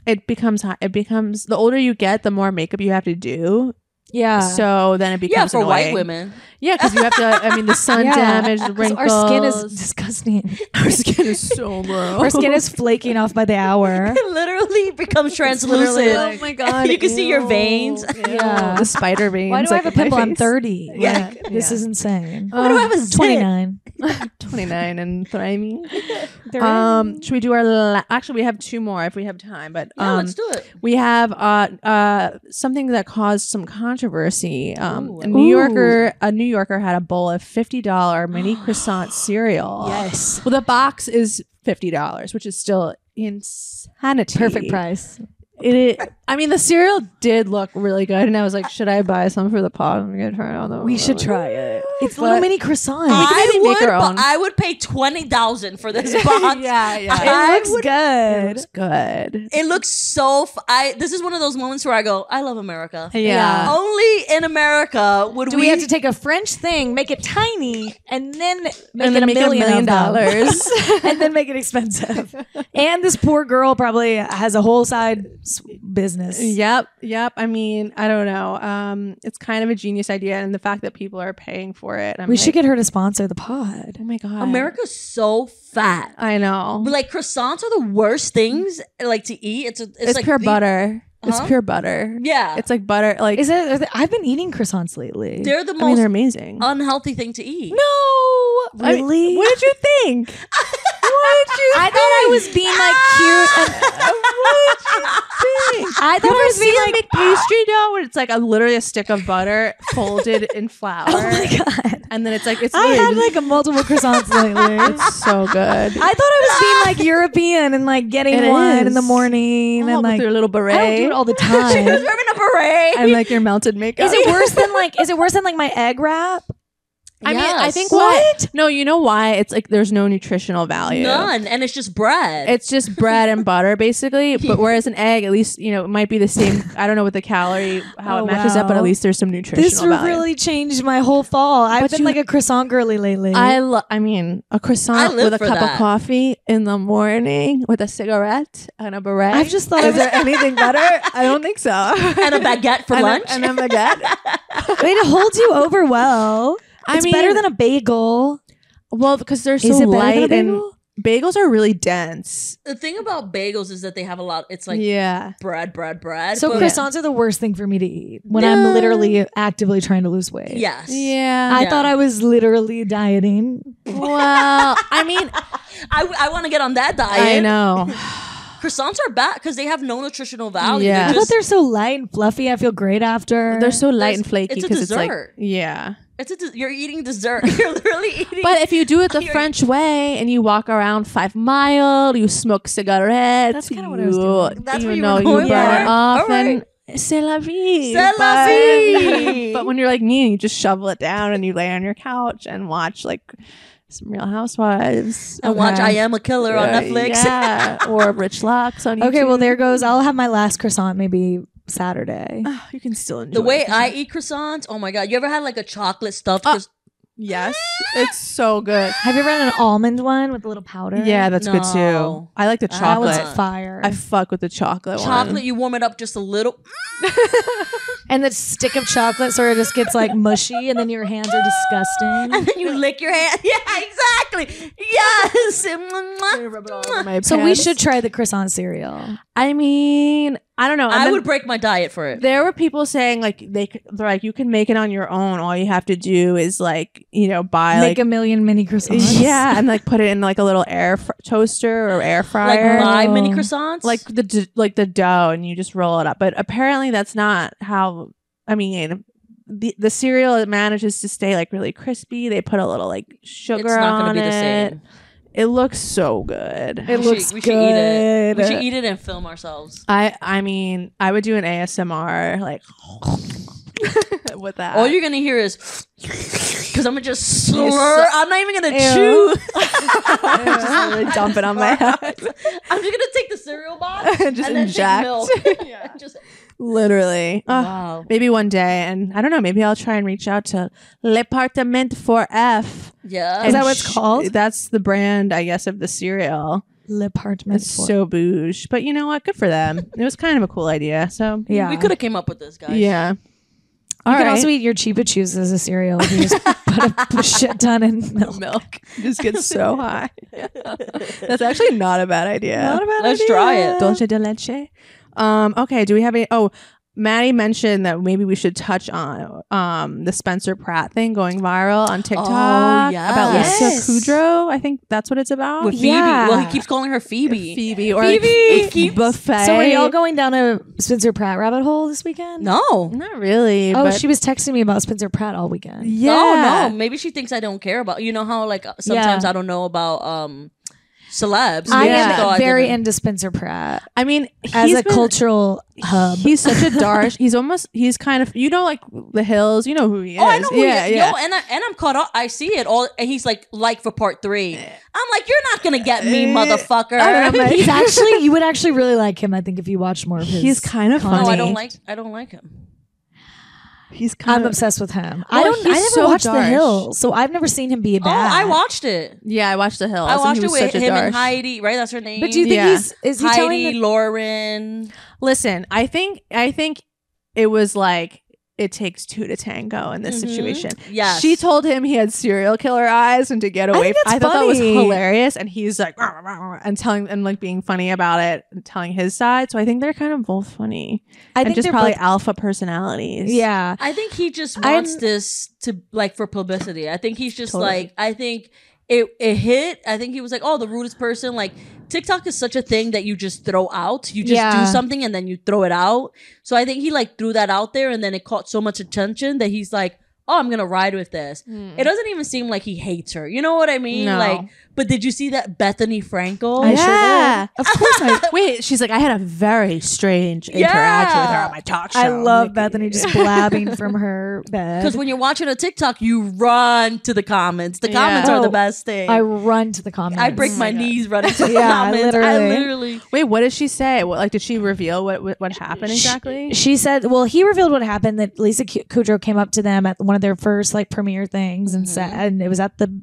F: it becomes hi- it becomes the older you get, the more makeup you have to do. Uh,
E: yeah.
F: so then it becomes
B: Yeah, for white
F: annoying.
B: women.
F: Yeah, because you have to. I mean, *laughs* the sun
E: Yeah.
F: damage, the
E: 'Cause
F: wrinkles.
E: Our skin is *laughs* disgusting.
F: *laughs* our skin is *laughs* so low.
E: Our skin is flaking off by the hour.
B: *laughs* It literally becomes
F: *laughs*
B: translucent.
F: oh my god, *laughs*
B: You can see your veins.
E: Yeah.
F: yeah, the spider veins.
E: *laughs* Why do I have a
F: like, in my
E: pimple? I'm
F: face.
E: 30.
F: Yeah.
E: Like, This
F: Yeah.
E: is insane.
F: *laughs* Why do I have a
E: 29.
F: *laughs* Twenty nine and thriving.
E: They're
F: Um, should we do our? La- Actually, we have two more if we have time. But
B: Yeah,
F: um,
B: let's do it.
F: We have uh, uh, something that caused some controversy. Um,
B: Ooh.
F: a New Yorker, a New Yorker had a bowl of fifty
E: *gasps*
F: dollar mini croissant cereal.
B: Yes.
F: Well, the box is fifty dollars, which is still insanity.
E: perfect price.
F: It, i- I mean, the cereal did look really good, and I was like, should I buy some for the pod? I'm gonna try it on the.
E: We should try it. It's
F: But-
E: little mini croissant.
B: I
F: *laughs* maybe
B: would,
F: make our
B: but
F: own.
B: I would pay twenty thousand for
F: *laughs*
B: this box.
F: yeah, yeah.
B: I
E: it looks
F: It
E: good.
F: looks good.
B: It looks so. F- I. This is one of those moments where I go, I love America.
E: Yeah.
B: Only in America would
E: Do we, have to take a French thing, make it tiny, and then make
F: And
E: it
F: then
E: a
F: make it a
E: million,
F: million
E: of them. *laughs*
F: dollars.
E: and then make it expensive. And this poor girl probably has a whole side s- business.
F: Yep, yep. I mean, I don't know. Um, it's kind of a genius idea, and the fact that people are paying for it. I'm
E: we
F: like,
E: should get her to sponsor the pod.
F: Oh my god,
B: America's so fat.
F: I know.
B: But, Like croissants are the worst things like to eat. It's a, it's,
F: It's,
B: like
F: pure
B: the-
F: butter. It's
B: Huh?
F: pure butter.
B: Yeah,
F: It's like butter. Like
E: Is it? are they- I've been eating croissants lately.
B: they're the
F: I mean,
B: most
F: they're amazing.
B: unhealthy thing to eat. *laughs*
E: no,
F: I mean,
E: really.
F: what did you *laughs* think? what did you?
E: I thought I was being like
F: *laughs*
E: cute.
B: *laughs*
E: And,
F: think?
E: I thought I was being
F: Like
E: *gasps*
F: pastry dough, where it's like a literally a stick of butter folded
E: *laughs*
F: in flour,
E: Oh god.
F: and then it's like it's.
E: I had
F: literally-
E: like a multiple croissants lately.
F: *laughs* it's so good.
E: I thought I was being like *laughs* European and like getting
F: It
E: one in the
F: is.
E: morning
F: Oh,
E: and
F: with
E: like
F: your
E: I
F: little
E: don't do
F: beret
E: it *laughs*
F: *laughs*
E: all the
B: she was
E: time.
B: wearing a beret.
F: and like your melted makeup.
E: is it worse than like? Is it worse than like my egg wrap?
F: I mean, I
B: Yes.
F: think what? No, you know why? It's like there's no nutritional value.
B: None, and it's just bread.
F: It's just bread and butter,
E: *laughs*
F: basically. But whereas an egg, at least you know, it might be the same. I don't know what the calorie how
E: Oh,
F: it matches up, but
E: wow.
F: at least there's some nutritional
E: This
F: value.
E: really changed my whole fall. I've
F: But
E: been
F: you-
E: like a croissant girly lately.
F: I lo- I mean, a
B: I
F: croissant
B: live
F: with a
B: for
F: cup
B: that.
F: of coffee in the morning with a cigarette and a beret.
E: I've
F: *laughs*
E: just thought I
F: is
E: was *laughs*
F: there anything better? I don't think so.
B: and a baguette for
F: *laughs* And a-
B: lunch.
F: and a
B: *laughs*
F: baguette.
E: it holds you over well.
F: I
E: it's
F: mean,
E: better than a bagel.
F: well because they're so
E: Is it better
F: light
E: than a
F: and
E: bagel?
F: bagels are really dense.
B: the thing about bagels is that they have a lot. It's like
F: yeah,
B: bread, bread, bread.
E: So
B: but-
E: croissants are the worst thing for me to eat when I'm
F: No.
E: literally actively trying to lose weight.
B: Yes.
F: yeah.
E: I
B: Yeah.
E: thought I was literally dieting.
F: well, I mean,
B: I, *laughs* I want to get on that diet. *laughs*
F: I know.
B: Croissants are bad because they have no nutritional value.
F: Yeah.
E: I
B: They're
E: thought
B: just,
E: they're so light and fluffy. I feel great after.
F: They're so light
B: There's-
F: and flaky
B: it's a
F: because it's like
B: dessert.
F: yeah.
B: It's a des- you're eating dessert. *laughs* You're literally eating.
F: But if you do it the
B: You're-
F: French way and you walk around five mile, you smoke cigarettes.
E: That's kinda what I was doing.
B: That's
F: you
B: what you
F: know
B: were
F: you
B: going
F: burn
E: for?
F: off
B: All right.
F: and c'est la vie.
B: C'est la
F: But-
B: vie.
F: *laughs* but when you're like me, you just shovel it down and you lay on your couch and watch like some Real Housewives
B: and watch
F: Okay.
B: I Am a Killer on
F: Yeah,
B: Netflix.
F: yeah, or Rich Locks on YouTube.
E: *laughs* Okay, well there goes. I'll have my last croissant maybe Saturday.
F: Ah, you can still enjoy
B: The way
F: it.
B: I eat croissants, oh my god! You ever had like a chocolate stuffed?
F: Uh,
B: croissant?
F: yes, it's so good.
E: Have you ever had an almond one with a little powder?
F: Yeah, that's good too.
B: No.
F: I like the
B: That
E: that
F: chocolate.
E: one's
B: chocolate.
E: fire.
F: I fuck with the chocolate.
B: chocolate,
F: One.
B: you warm it up just a little. *laughs*
E: and the stick of chocolate sort of just gets like mushy, and then your hands are
B: and *laughs*
E: disgusting.
B: then you lick your hand. Yeah, exactly. Yes. *laughs*
F: My
E: So we
F: pants.
E: should try the croissant cereal.
F: I mean, I don't know. And
B: I
F: then
B: would break my diet for it.
F: There were people saying like they c- they're like you can make it on your own. All you have to do is like you know buy
E: Make
F: like
E: a million mini
F: *laughs*
E: croissants.
F: yeah and like put it in like a little air fr- toaster or air
B: *gasps* Like
F: fryer.
B: my mini
E: Oh.
B: croissants.
F: like the d- like the dough and you just roll it up but apparently that's not how i mean the, the cereal it manages to stay like really crispy they put a little like sugar
B: it's not
F: on
B: gonna be
F: it
B: the same.
F: it looks so good
E: It
B: We should-
E: looks
B: we should eat
E: good.
B: We should eat it and film ourselves.
F: i i mean i would do an asmr like *laughs* with that
B: All you're gonna hear is *laughs* because I'm gonna just slur.
F: You're so-
B: I'm not even gonna
F: Ew. *laughs*
B: chew.
F: Just really dump it
E: *laughs*
F: on my
B: I'm
F: head.
B: just gonna take the cereal box
F: *laughs* Just
B: and then
F: inject. Uh,
B: take *laughs*
F: *laughs*
B: milk.
F: Yeah.
B: Just-
F: literally Ugh.
B: wow.
F: maybe one day and i don't know maybe i'll try and reach out to l'appartement 4f
B: Yeah.
E: Is
F: And
E: that what it's
F: sh-
E: called?
F: That's the brand, I guess, of the cereal.
E: L'appartement.
F: It's so bouge, but you know what? Good for them. it was kind of a cool idea. So
E: yeah.
B: We could have came up with this, guys.
F: yeah.
E: You
F: All
E: can
F: right.
E: also eat your Chiba Chews as a cereal. if You *laughs* just put a shit ton in milk.
F: milk just gets *laughs* so high. That's actually not a bad idea.
E: Not a bad
B: Let's try it.
F: Dolce de leche. Um, okay. Do we have any? Oh, Maddie mentioned that maybe we should touch on um, the Spencer Pratt thing going viral on TikTok
B: Oh, yes.
F: about
E: Yes.
F: Lisa Kudrow. I think that's what it's about.
B: With Phoebe.
E: Yeah.
B: Well, he keeps calling her Phoebe.
F: Phoebe or
B: Phoebe
F: like,
B: keeps-
F: buffet.
E: So are y'all going down a Spencer Pratt rabbit hole this weekend?
B: No.
F: Not really.
E: Oh,
F: but
E: she was texting me about Spencer Pratt all weekend.
F: Yeah.
B: Oh no, maybe she thinks I don't care about. You know how like sometimes
E: Yeah.
B: I don't know about um celebs.
E: I
B: Maybe she
F: Yeah.
B: thought
E: am
B: I
E: very
B: didn't.
E: into Spencer Pratt
F: I mean,
E: as
F: he's
E: a
F: been-
E: cultural *laughs* hub.
F: He's such a darsh. he's almost. He's kind of. You know, like the hills. You know who he is.
B: Oh, I know. Who
F: yeah,
B: yeah, he is.
F: yeah.
B: Yo, and I, and I'm caught up. I see it all, and he's like, like for part three. I'm like, you're not gonna get me,
F: Eh,
B: motherfucker.
F: I don't know, man.
E: he's *laughs* actually you would actually really like him, I think, if you watched more of his.
F: he's kind of funny.
B: no, Oh, I don't like. I don't like him.
F: He's
E: I'm
F: kind of.
E: obsessed with him.
F: Well,
E: I don't. I
F: he's
E: never
F: so
E: watched The
F: dark.
E: Hill, so I've never seen him be
B: Oh,
E: bad.
B: I watched it.
F: Yeah, I watched the hills.
B: I
F: and he
B: watched it
F: was
B: with
F: such a
B: him and
F: darsh.
B: Heidi. Right, that's her name.
E: But do you think
F: Yeah.
E: he's is he telling?
B: Heidi,
E: The,
B: Lauren.
F: Listen, I think. I think it was like it takes two to tango in this
B: Mhm.
F: situation.
B: Yes.
F: She told him he had serial killer eyes and to get away.
E: think that's
F: I thought that was
E: funny.
F: hilarious, and he's like, "Rah, rah, rah," and telling and like being funny about it, and telling his side. So I think they're kind of both funny.
E: I
F: and
E: think
F: just
E: they're
F: probably
E: both-
F: alpha personalities.
E: yeah.
B: I think he just
E: I'm-
B: wants this to like for publicity. I think he's just
F: Totally.
B: like I think it it hit. I think he was like, oh, the rudest person. Like TikTok is such a thing that you just throw out. You just
E: Yeah.
B: do something and then you throw it out. So I think he like threw that out there and then it caught so much attention that he's like, oh, I'm gonna ride with this. It doesn't even seem like he hates her. You know what I mean?
F: Hmm. No.
B: Like, but did you see that Bethany Frankel?
E: I sure
F: yeah.
E: Of course, I,
F: Wait, she's like, I had a very strange
B: Yeah.
F: interaction with her on my talk show.
E: I love
F: Like,
E: Bethany
F: *laughs*
E: just blabbing from her bed.
B: Because when you're watching a TikTok, you run to the comments. The
F: Yeah.
B: comments are the
E: Oh,
B: best thing.
E: I run to the comments.
B: I break my, knees running to the
E: Yeah,
B: comments. I
E: literally.
B: literally.
F: Wait, what did she say? What, like, did she reveal what what, what happened
E: Sh- *laughs*
F: exactly?
E: She said, well, he revealed what happened that Lisa Cu- Kudrow came up to them at one of their first like premiere things
F: Mm-hmm.
E: and said, and it was at the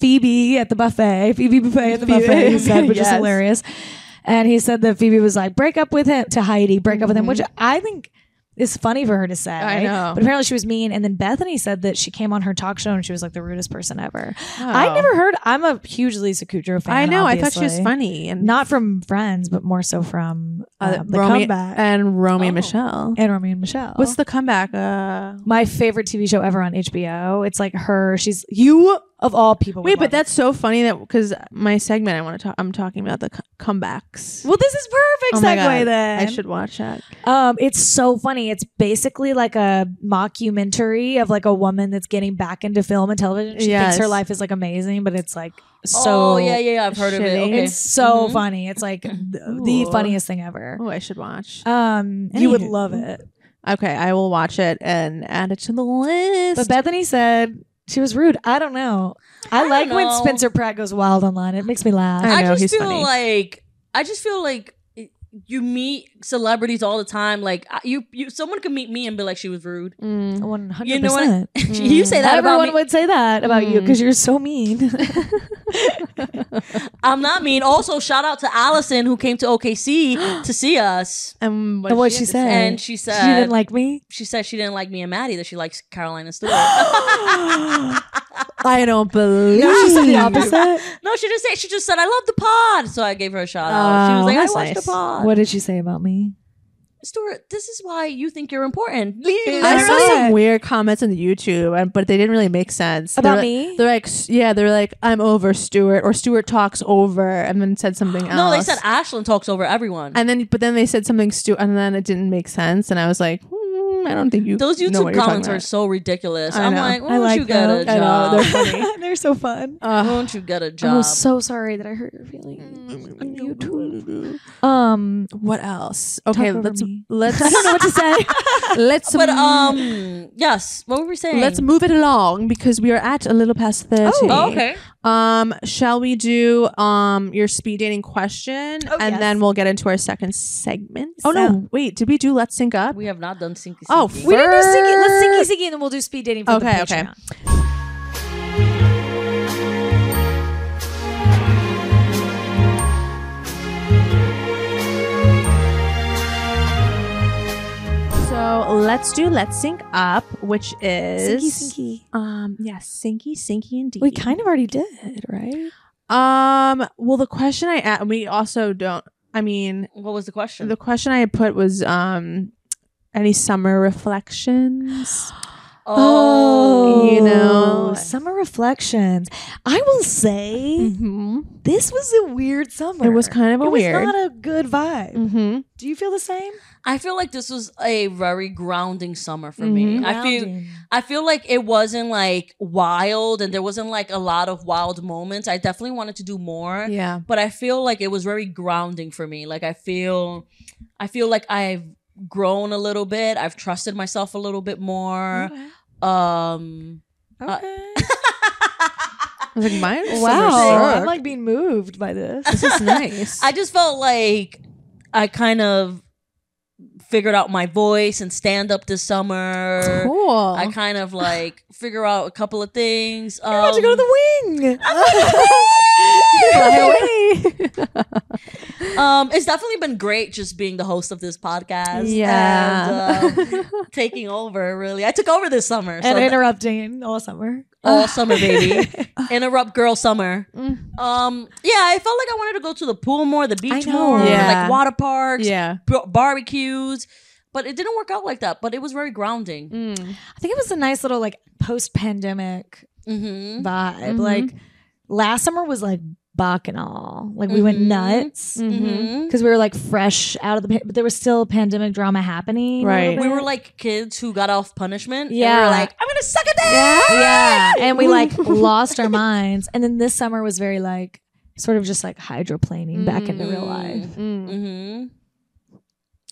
E: Phoebe at the buffet, Phoebe buffet at the
F: Phoebe.
E: buffet, he
F: *laughs*
E: said, which
F: Yes.
E: is hilarious. And he said that Phoebe was like, break up with him to Heidi, break up with him, which I think is funny for her to say.
F: Mm-hmm. I know.
E: But apparently she was mean. And then Bethany said that she came on her talk show and she was like the rudest person ever.
F: Oh.
E: I never heard, I'm a huge Lisa Kudrow fan.
F: I know. I thought she was
E: obviously.
F: funny and
E: Not from Friends, but more so from uh, the
F: Romeo
E: comeback
F: and Romeo
B: Oh.
F: and Michelle.
E: and Romeo and Michelle.
F: What's the comeback? Uh,
E: my favorite TV show ever on HBO? It's like her. She's you of all people.
F: Wait,
E: would
F: but
E: love it.
F: that's so funny that because my segment I want to talk, I'm talking about the co- comebacks.
E: well, this is perfect
F: Oh
E: segue
F: my God.
E: then.
F: I should watch that.
E: Um, it's so funny. It's basically like a mockumentary of like a woman that's getting back into film and television. She thinks her
F: Yes.
E: life is like amazing, but it's like so
B: oh, yeah, yeah, yeah, I've heard of it.
F: shitty.
B: Okay.
E: It's so
B: Mhm.
E: funny. It's like th- the
F: Ooh.
E: funniest thing ever.
F: Oh, I should watch.
E: Um, you would
F: Anywho.
E: love it.
F: okay, I will watch it and add it to the list.
E: But Bethany said she was rude. I don't know. I,
B: I
E: like
B: don't
E: when
B: know.
E: Spencer Pratt goes wild online. It makes me laugh.
F: I
B: I,
F: know,
B: just
F: he's
B: feel
F: funny.
B: like I just feel like it- you meet celebrities all the time. Like I- you, you someone could meet me and be like, she was rude. *laughs*
F: Mm.
E: One hundred
B: You know what?
E: percent.
B: you say that about
E: Everyone
B: me. Mm.
E: would say that about you
F: Mhm.
E: because you're so mean. *laughs*
B: I'm not mean. Also, shout out to Allison who came to OKC to see us,
F: And
E: And
F: what
E: what'd
F: did
E: she
F: have to
E: say?
B: and she
E: she didn't
B: said
E: like me.
B: she said she didn't like me and Maddie that she likes Carolina Stewart. *laughs*
F: I don't believe
E: She said the opposite.
B: no, she didn't say. She just said I love the pod, so I gave her a shout out. She
F: Oh,
B: was like, I
F: that's
B: watched
F: nice.
B: the pod.
E: What did she say about me?
B: Stuart, this is why you think you're important.
F: *laughs* I
E: I
F: saw
E: saw
F: some
E: it.
F: weird comments on YouTube, and, but they didn't really make sense.
E: About
F: they're,
E: me?
F: They're like, s- yeah, they're like, I'm over Stuart, or Stuart talks over, and then said something else.
B: No, they said Ashlyn talks over everyone.
F: and then but then they said something Stuart, and then it didn't make sense, and I was like, hmm, I don't think you.
B: Those
F: know
B: YouTube
F: what you're talking
B: comments are
F: about.
B: so ridiculous.
F: I
B: I'm
F: know.
B: like, why
E: I
B: don't
E: like
B: you get a
E: them.
F: I know,
B: job?
F: they're
E: *laughs*
F: funny.
E: They're so fun.
B: Why *laughs*
F: Ugh.
B: don't you get a
E: I
B: job? Mm.
E: was so sorry that I hurt your feelings on *laughs* YouTube. Um,
F: What else? Okay,
E: over
F: let's
E: me.
B: *laughs*
F: let's
E: I don't know what to say. *laughs*
F: let's
B: but
F: m-
B: um, yes. What were we saying?
F: let's move it along because we are at a little past thirty.
B: Oh, okay.
F: Um, shall we do um your speed dating question
E: Oh,
F: and
E: yes.
F: then we'll get into our second segment?
E: Oh, no.
F: wait, did we do Let's Sync Up?
B: We have not done Sinky.
F: Oh,
B: Sinky.
E: we didn't do Siggy. Let's
F: Fur-
E: Siggy Siggy and then we'll do speed dating for
F: Okay,
E: the
F: okay.
E: Patreon.
F: So let's do Let's Sync Up, which is
E: Sinky, sinky.
F: Um, yes, Sinky, Sinky, indeed.
E: We kind of already did, right?
F: of. Um, well, the question I a- we also don't. I mean,
B: what was the question?
F: the question I had put was um, any summer reflections?
B: oh,
F: you know.
E: summer reflections. I will say
F: mm-hmm.
E: this was a weird summer.
F: It was kind of a
E: It was
F: weird.
E: not a good vibe.
F: mm-hmm.
E: Do you feel the same?
B: I feel like this was a very grounding summer for
F: Mhm.
B: me. I feel I feel like it wasn't like wild, and there wasn't like a lot of wild moments. I definitely wanted to do more.
F: Yeah.
B: but I feel like it was very grounding for me. Like I feel, I feel like I've grown a little bit. I've trusted myself a little bit more.
E: Mm-hmm.
B: Um, Uh,
E: Okay.
F: I was like, mine. was
E: wow.
F: summer
E: I'm like being moved by this. *laughs*
F: this is nice.
B: I just felt like I kind of figured out my voice and stand up this summer.
F: cool.
B: I kind of
E: *laughs*
B: like figure out a couple of things. Um,
E: You're about to go to the
B: *laughs*
E: wing. *laughs*
B: um, it's definitely been great just being the host of this podcast.
E: *laughs*
F: Yeah.
B: and, um, taking over really. I took over this summer.
E: and
B: th-
E: interrupting all summer.
B: all summer,
E: *laughs*
B: baby. Interrupt girl summer.
F: Mm.
B: Um, yeah, I felt like I wanted to go to the pool more, the beach more,
E: know.
F: Yeah.
B: like water parks,
F: yeah.
B: b- barbecues, but it didn't work out like that. But it was very grounding.
E: I think it was a nice little like post pandemic
B: Mm-hmm.
E: vibe.
F: Mhm.
E: Like last summer was like bacchanal. Like we went
B: Mhm.
E: nuts.
B: Mm-hmm.
E: because we were like fresh out of the, pa- but there was still pandemic drama happening. a
F: Right.
E: little
B: We were
E: bit.
B: like kids who got off punishment. and we
E: Yeah.
B: were like I'm gonna suck at that.
E: yeah, and we like lost our minds. And then this summer was very like sort of just like hydroplaning back into real life.
B: Mm-hmm.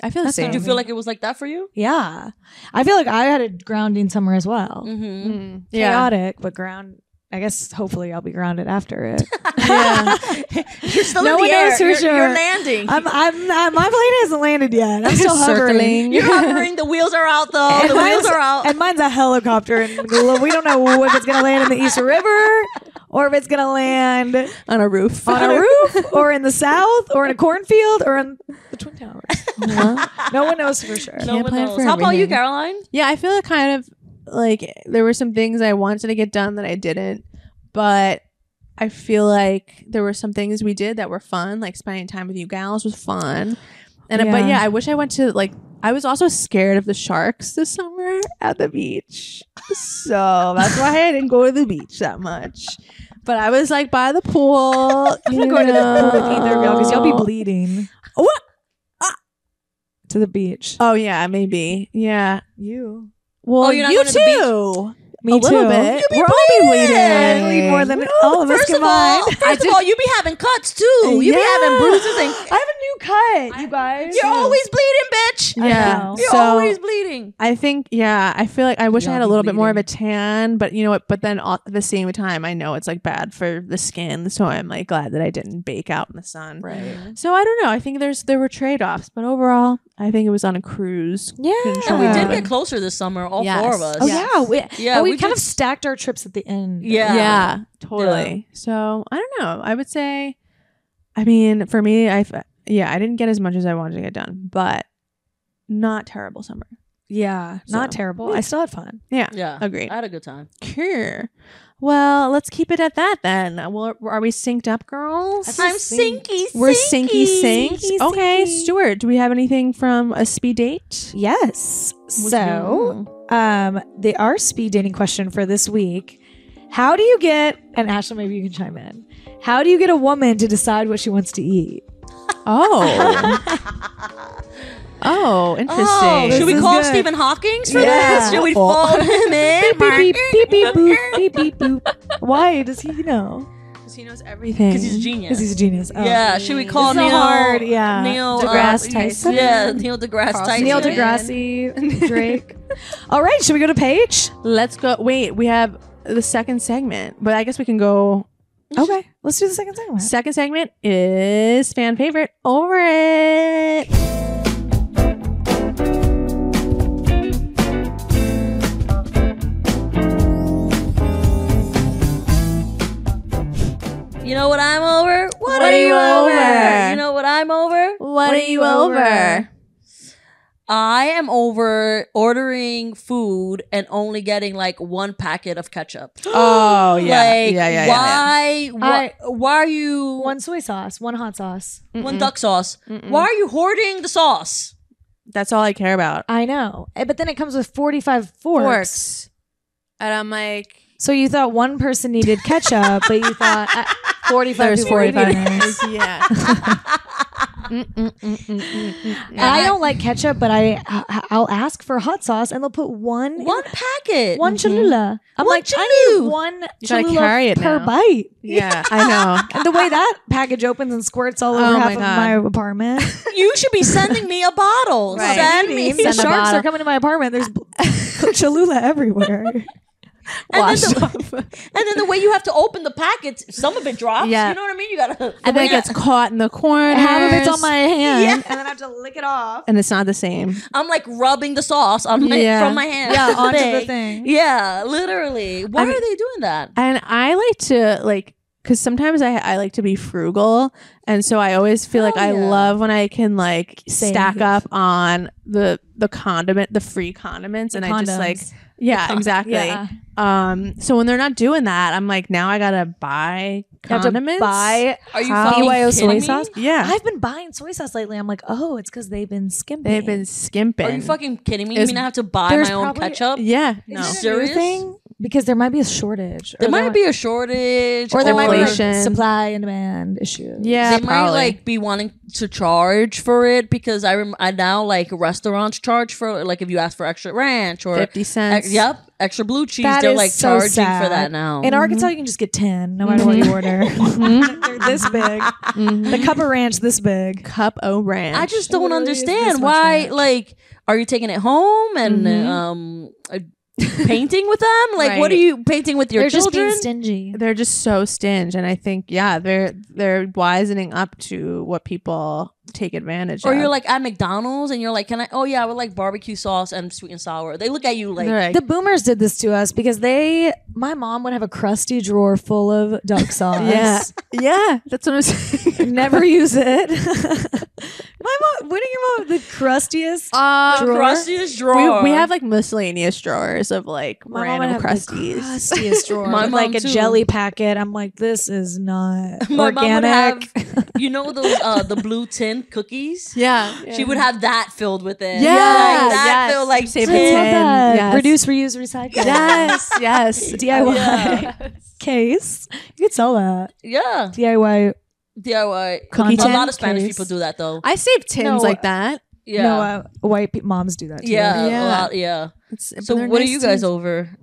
F: I feel the
E: That's
F: same.
B: Did you feel like it was like that for you?
E: Yeah, I feel like I had a grounding summer as well.
B: Mm-hmm.
F: Mm.
E: Chaotic, but ground. I guess hopefully I'll be grounded after it.
F: Yeah.
B: You're still
E: No
B: in the
E: one
B: air.
E: knows for
B: you're, you're
E: sure. Um,
B: landing.
E: I'm, I'm, i my plane hasn't landed yet. I'm still hovering. *laughs*
F: Circling.
B: you're hovering. The wheels are out though.
E: And
B: The wheels
E: mine's-
B: are out.
E: And mine's a helicopter, and we don't know if it's gonna land in the East River or if it's gonna land
F: on a roof.
E: on a
F: *laughs*
E: roof *laughs* or in the south or in a cornfield or in the Twin Towers. *laughs* No one knows for sure.
B: No
F: Can't
B: one
F: plan
B: knows.
F: for
B: How about you,
F: everything.
B: Caroline?
F: Yeah, I feel kind of like there were some things I wanted to get done that I didn't, but I feel like there were some things we did that were fun, like spending time with you gals was fun. And but
E: Yeah.
F: yeah, I wish I went to like I was also scared of the sharks this summer. at the beach. So that's why I didn't go to the beach that much. But I was like by the pool.
E: *laughs* I'm
F: you
E: not going to the pool with either of y'all because y'all be
F: know.
E: bleeding.
F: What?
E: To the beach.
F: Oh yeah, maybe. Yeah. You. Well,
E: Oh,
B: you're not
F: you
B: going to the beach?
F: too.
E: Me
F: a
E: too.
F: little bit.
E: We're all be bleeding. I bleed more than all of us
B: First of all,
F: *laughs*
E: combined. *laughs*
B: first of all, you be having cuts too. You be having bruises and
E: *laughs* I have a new cut, you guys.
B: you're always bleeding, bitch.
F: Yeah.
E: know.
B: You're
F: so
B: always bleeding.
F: I think, yeah, I feel like I wish I
B: Y'all
F: had a
B: be
F: little bit more of a
B: bleeding.
F: tan, but you know what? But then all, at the same time, I know it's like bad for the skin, so I'm like glad that I didn't bake out in the sun.
B: Right.
F: So I don't know. I think there's there were trade offs, but overall, I think it was on a cruise.
E: Yeah.
B: And we did
F: Yeah.
B: get closer this summer, all four of us.
E: Oh
F: Yes.
E: yeah, we,
B: Yeah,
E: yeah, we,
B: we
E: kind
B: did-
E: of stacked our trips at the end.
B: Yeah.
F: totally. So I don't know. I would say, I mean, for me, I f- yeah, I didn't get as much as I wanted to get done, but not terrible summer.
E: yeah, not
F: So-
E: terrible. I still had fun.
F: Yeah,
B: Yeah.
F: agreed.
B: I had a good time.
F: Sure. Well, let's keep it at that then. Well, are we synced up, girls?
B: I'm sinky.
F: We're sinky synced.
E: Sinky,
F: okay,
E: sinky.
F: Stuart, do we have anything from a speed date?
E: Yes.
F: What's
E: so,
F: going on?
E: um, the our speed dating question for this week: How do you get? And Ashley, maybe you can chime in. How do you get a woman to decide what she wants to eat? *laughs*
F: oh, oh,
B: *laughs*
F: interesting.
B: Oh, should we
E: is
B: call
E: good.
B: Stephen Hawking for
E: Yeah.
B: this? Should we
E: Oh.
B: phone
E: *laughs*
B: him in?
E: Beep beep beep beep boop beep beep boop. Why does he know?
F: Because he knows everything.
B: Because he's a
E: Because
B: genius.
E: he's a genius. Oh.
B: yeah, should we call
E: This is
B: Neil?
E: hard, yeah.
B: Neil
E: DeGrasse
B: uh,
E: Tyson?
B: Yeah, Neil deGrasse Tyson.
E: Neil deGrasse Drake. All right, should we go to Paige?
F: Let's go. Wait, we have the second segment, but I guess we can go.
E: Okay, let's do the second segment.
F: Second segment is fan favorite. Over it.
B: You know what I'm over? What,
F: are you over?
B: You know what I'm over?
F: What
E: are you over?
B: I am over ordering food and only getting like one packet of ketchup.
F: *gasps* Oh yeah,
B: like,
F: yeah, yeah, yeah.
B: Why? Why, why are you
E: One soy sauce, one hot sauce.
B: one duck sauce? Why are you hoarding the sauce?
F: That's all I care about.
E: I know, Eh, but then it comes with forty-five forks.
F: And I'm like,
E: So you thought one person needed ketchup, but you thought uh,
F: *laughs*
E: forty-five.
F: There's
E: people were
F: 45.
E: eating it.
F: *laughs* yeah.
E: I don't like ketchup, but I I- I'll ask for hot sauce, and they'll put one in-
B: One packet.
E: one Cholula. I'm
B: One
E: like, I need
B: Cholula.
E: one
F: Mm-hmm. You gotta
E: Cholula
F: carry it
E: per
F: now.
E: bite.
F: Yeah, I know.
E: And the
F: *laughs*
E: way that package opens and squirts all
F: Oh
E: over half
F: my
E: of
F: God.
E: my apartment.
B: You should be sending me a bottle.
F: Right.
B: Send me. *laughs*
E: The
F: *laughs* Send a
E: sharks
F: bottle.
E: are coming to my apartment. There's
F: *laughs*
E: bl- Cholula everywhere.
B: And then, the, and then the way you have to open the packets, some of it drops.
F: Yeah.
B: You know what I mean? You gotta. *laughs*
F: And then it gets caught in the corner.
E: Half of it's on my hand.
B: Yeah.
E: And then I have to lick it off.
F: and it's not the same.
B: I'm like rubbing the sauce on my,
F: Yeah.
B: from my hand. *laughs*
E: Yeah,
B: It's
E: onto the
B: big.
E: thing.
B: Yeah, literally. Why
F: I mean-
B: are they doing that?
F: And I like to like because sometimes I I like to be frugal, and so I always feel like
B: Hell
F: I
B: Oh, yeah.
F: love when I can like
E: Save.
F: stack up on the the condiment, the free condiments, and I just like
E: Condoms.
F: yeah, exactly.
E: Yeah.
F: Um, so when they're not doing that, I'm like now I gotta buy
E: You have to
F: condiments.
E: buy-
B: Are you
E: How-
B: fucking
E: BYO soy
B: kidding me?
E: sauce?
F: yeah,
E: I've been buying soy sauce lately. I'm like, oh, it's because they've been skimping.
F: they've been skimping.
B: Are you fucking kidding me? You
F: It's-
B: mean I have to buy
E: there's
B: my own
E: probably-
B: ketchup?
F: Yeah, no.
E: Is it a new
B: Serious?
E: thing? Because there might be a shortage. Or
B: There might be a shortage,
E: or there might be
F: Inflation.
E: a supply and demand issue.
F: Yeah,
B: They might like be wanting to charge for it because I rem- I now like restaurants charge for like if you ask for extra ranch or
F: fifty cents.
B: ex- yep extra blue cheese
E: That
B: they're
E: is
B: like
E: so
B: charging for
E: sad.
B: that now.
E: In Arkansas, you can just get 10 no matter what
B: Mm-hmm.
E: you order.
B: *laughs*
E: They're this big. The cup of ranch this big.
F: Mm-hmm. Cup o ranch.
B: I just don't
E: Literally is this
B: understand
E: much
B: why.
E: ranch.
B: Like, are you taking it home and
E: Mm-hmm.
B: um, uh, painting with them? Like, what are
F: Right.
B: you painting with your
E: They're just
B: children?
E: being stingy.
F: they're just so stingy and i think yeah they're they're wisening up to what people take advantage
B: or
F: of
B: you're like at McDonald's and you're like, can I? Oh yeah, I would like barbecue sauce and sweet and sour. They look at you like,
F: They're like,
E: The boomers did this to us because they, my mom would have a crusty drawer full of
B: *laughs*
E: duck sauce.
F: yeah yeah that's what i'm saying
E: Never use it. my *laughs* my mom, wouldn't your mom have the crustiest?
F: Uh,
E: Drawer?
B: Crustiest drawer.
F: *laughs* we, we have like miscellaneous drawers of like
E: My mom would
F: random
E: have the
F: crusties. *laughs*
E: crustiest drawer.
B: My
E: with, like
B: mom,
E: a
B: too.
E: jelly packet. I'm like, this is
B: *laughs*
E: not
B: My mom would
E: organic.
B: you know those uh the blue tin cookies.
F: yeah,
B: She would have that filled with it.
F: Yeah,
B: like, that
F: yes.
B: filled like
F: Save
E: I
F: the
E: love
B: tin.
F: tin.
E: that.
F: yes.
E: Reduce, reuse, recycle. *laughs*
F: Yes, yes.
E: DIY
B: Yeah.
E: case. You could sell that.
B: Yeah,
E: DIY.
B: DIY.
E: Cookie
B: a
E: tin
B: lot of Spanish
E: case.
B: people do that though.
F: I save tins
E: No.
F: like that.
B: Yeah,
E: No, uh, white pe- moms do that too.
B: yeah,
F: Yeah.
B: A lot, yeah.
F: It's,
B: So
F: they're
B: what
F: nice
B: are you guys
F: tins.
B: over?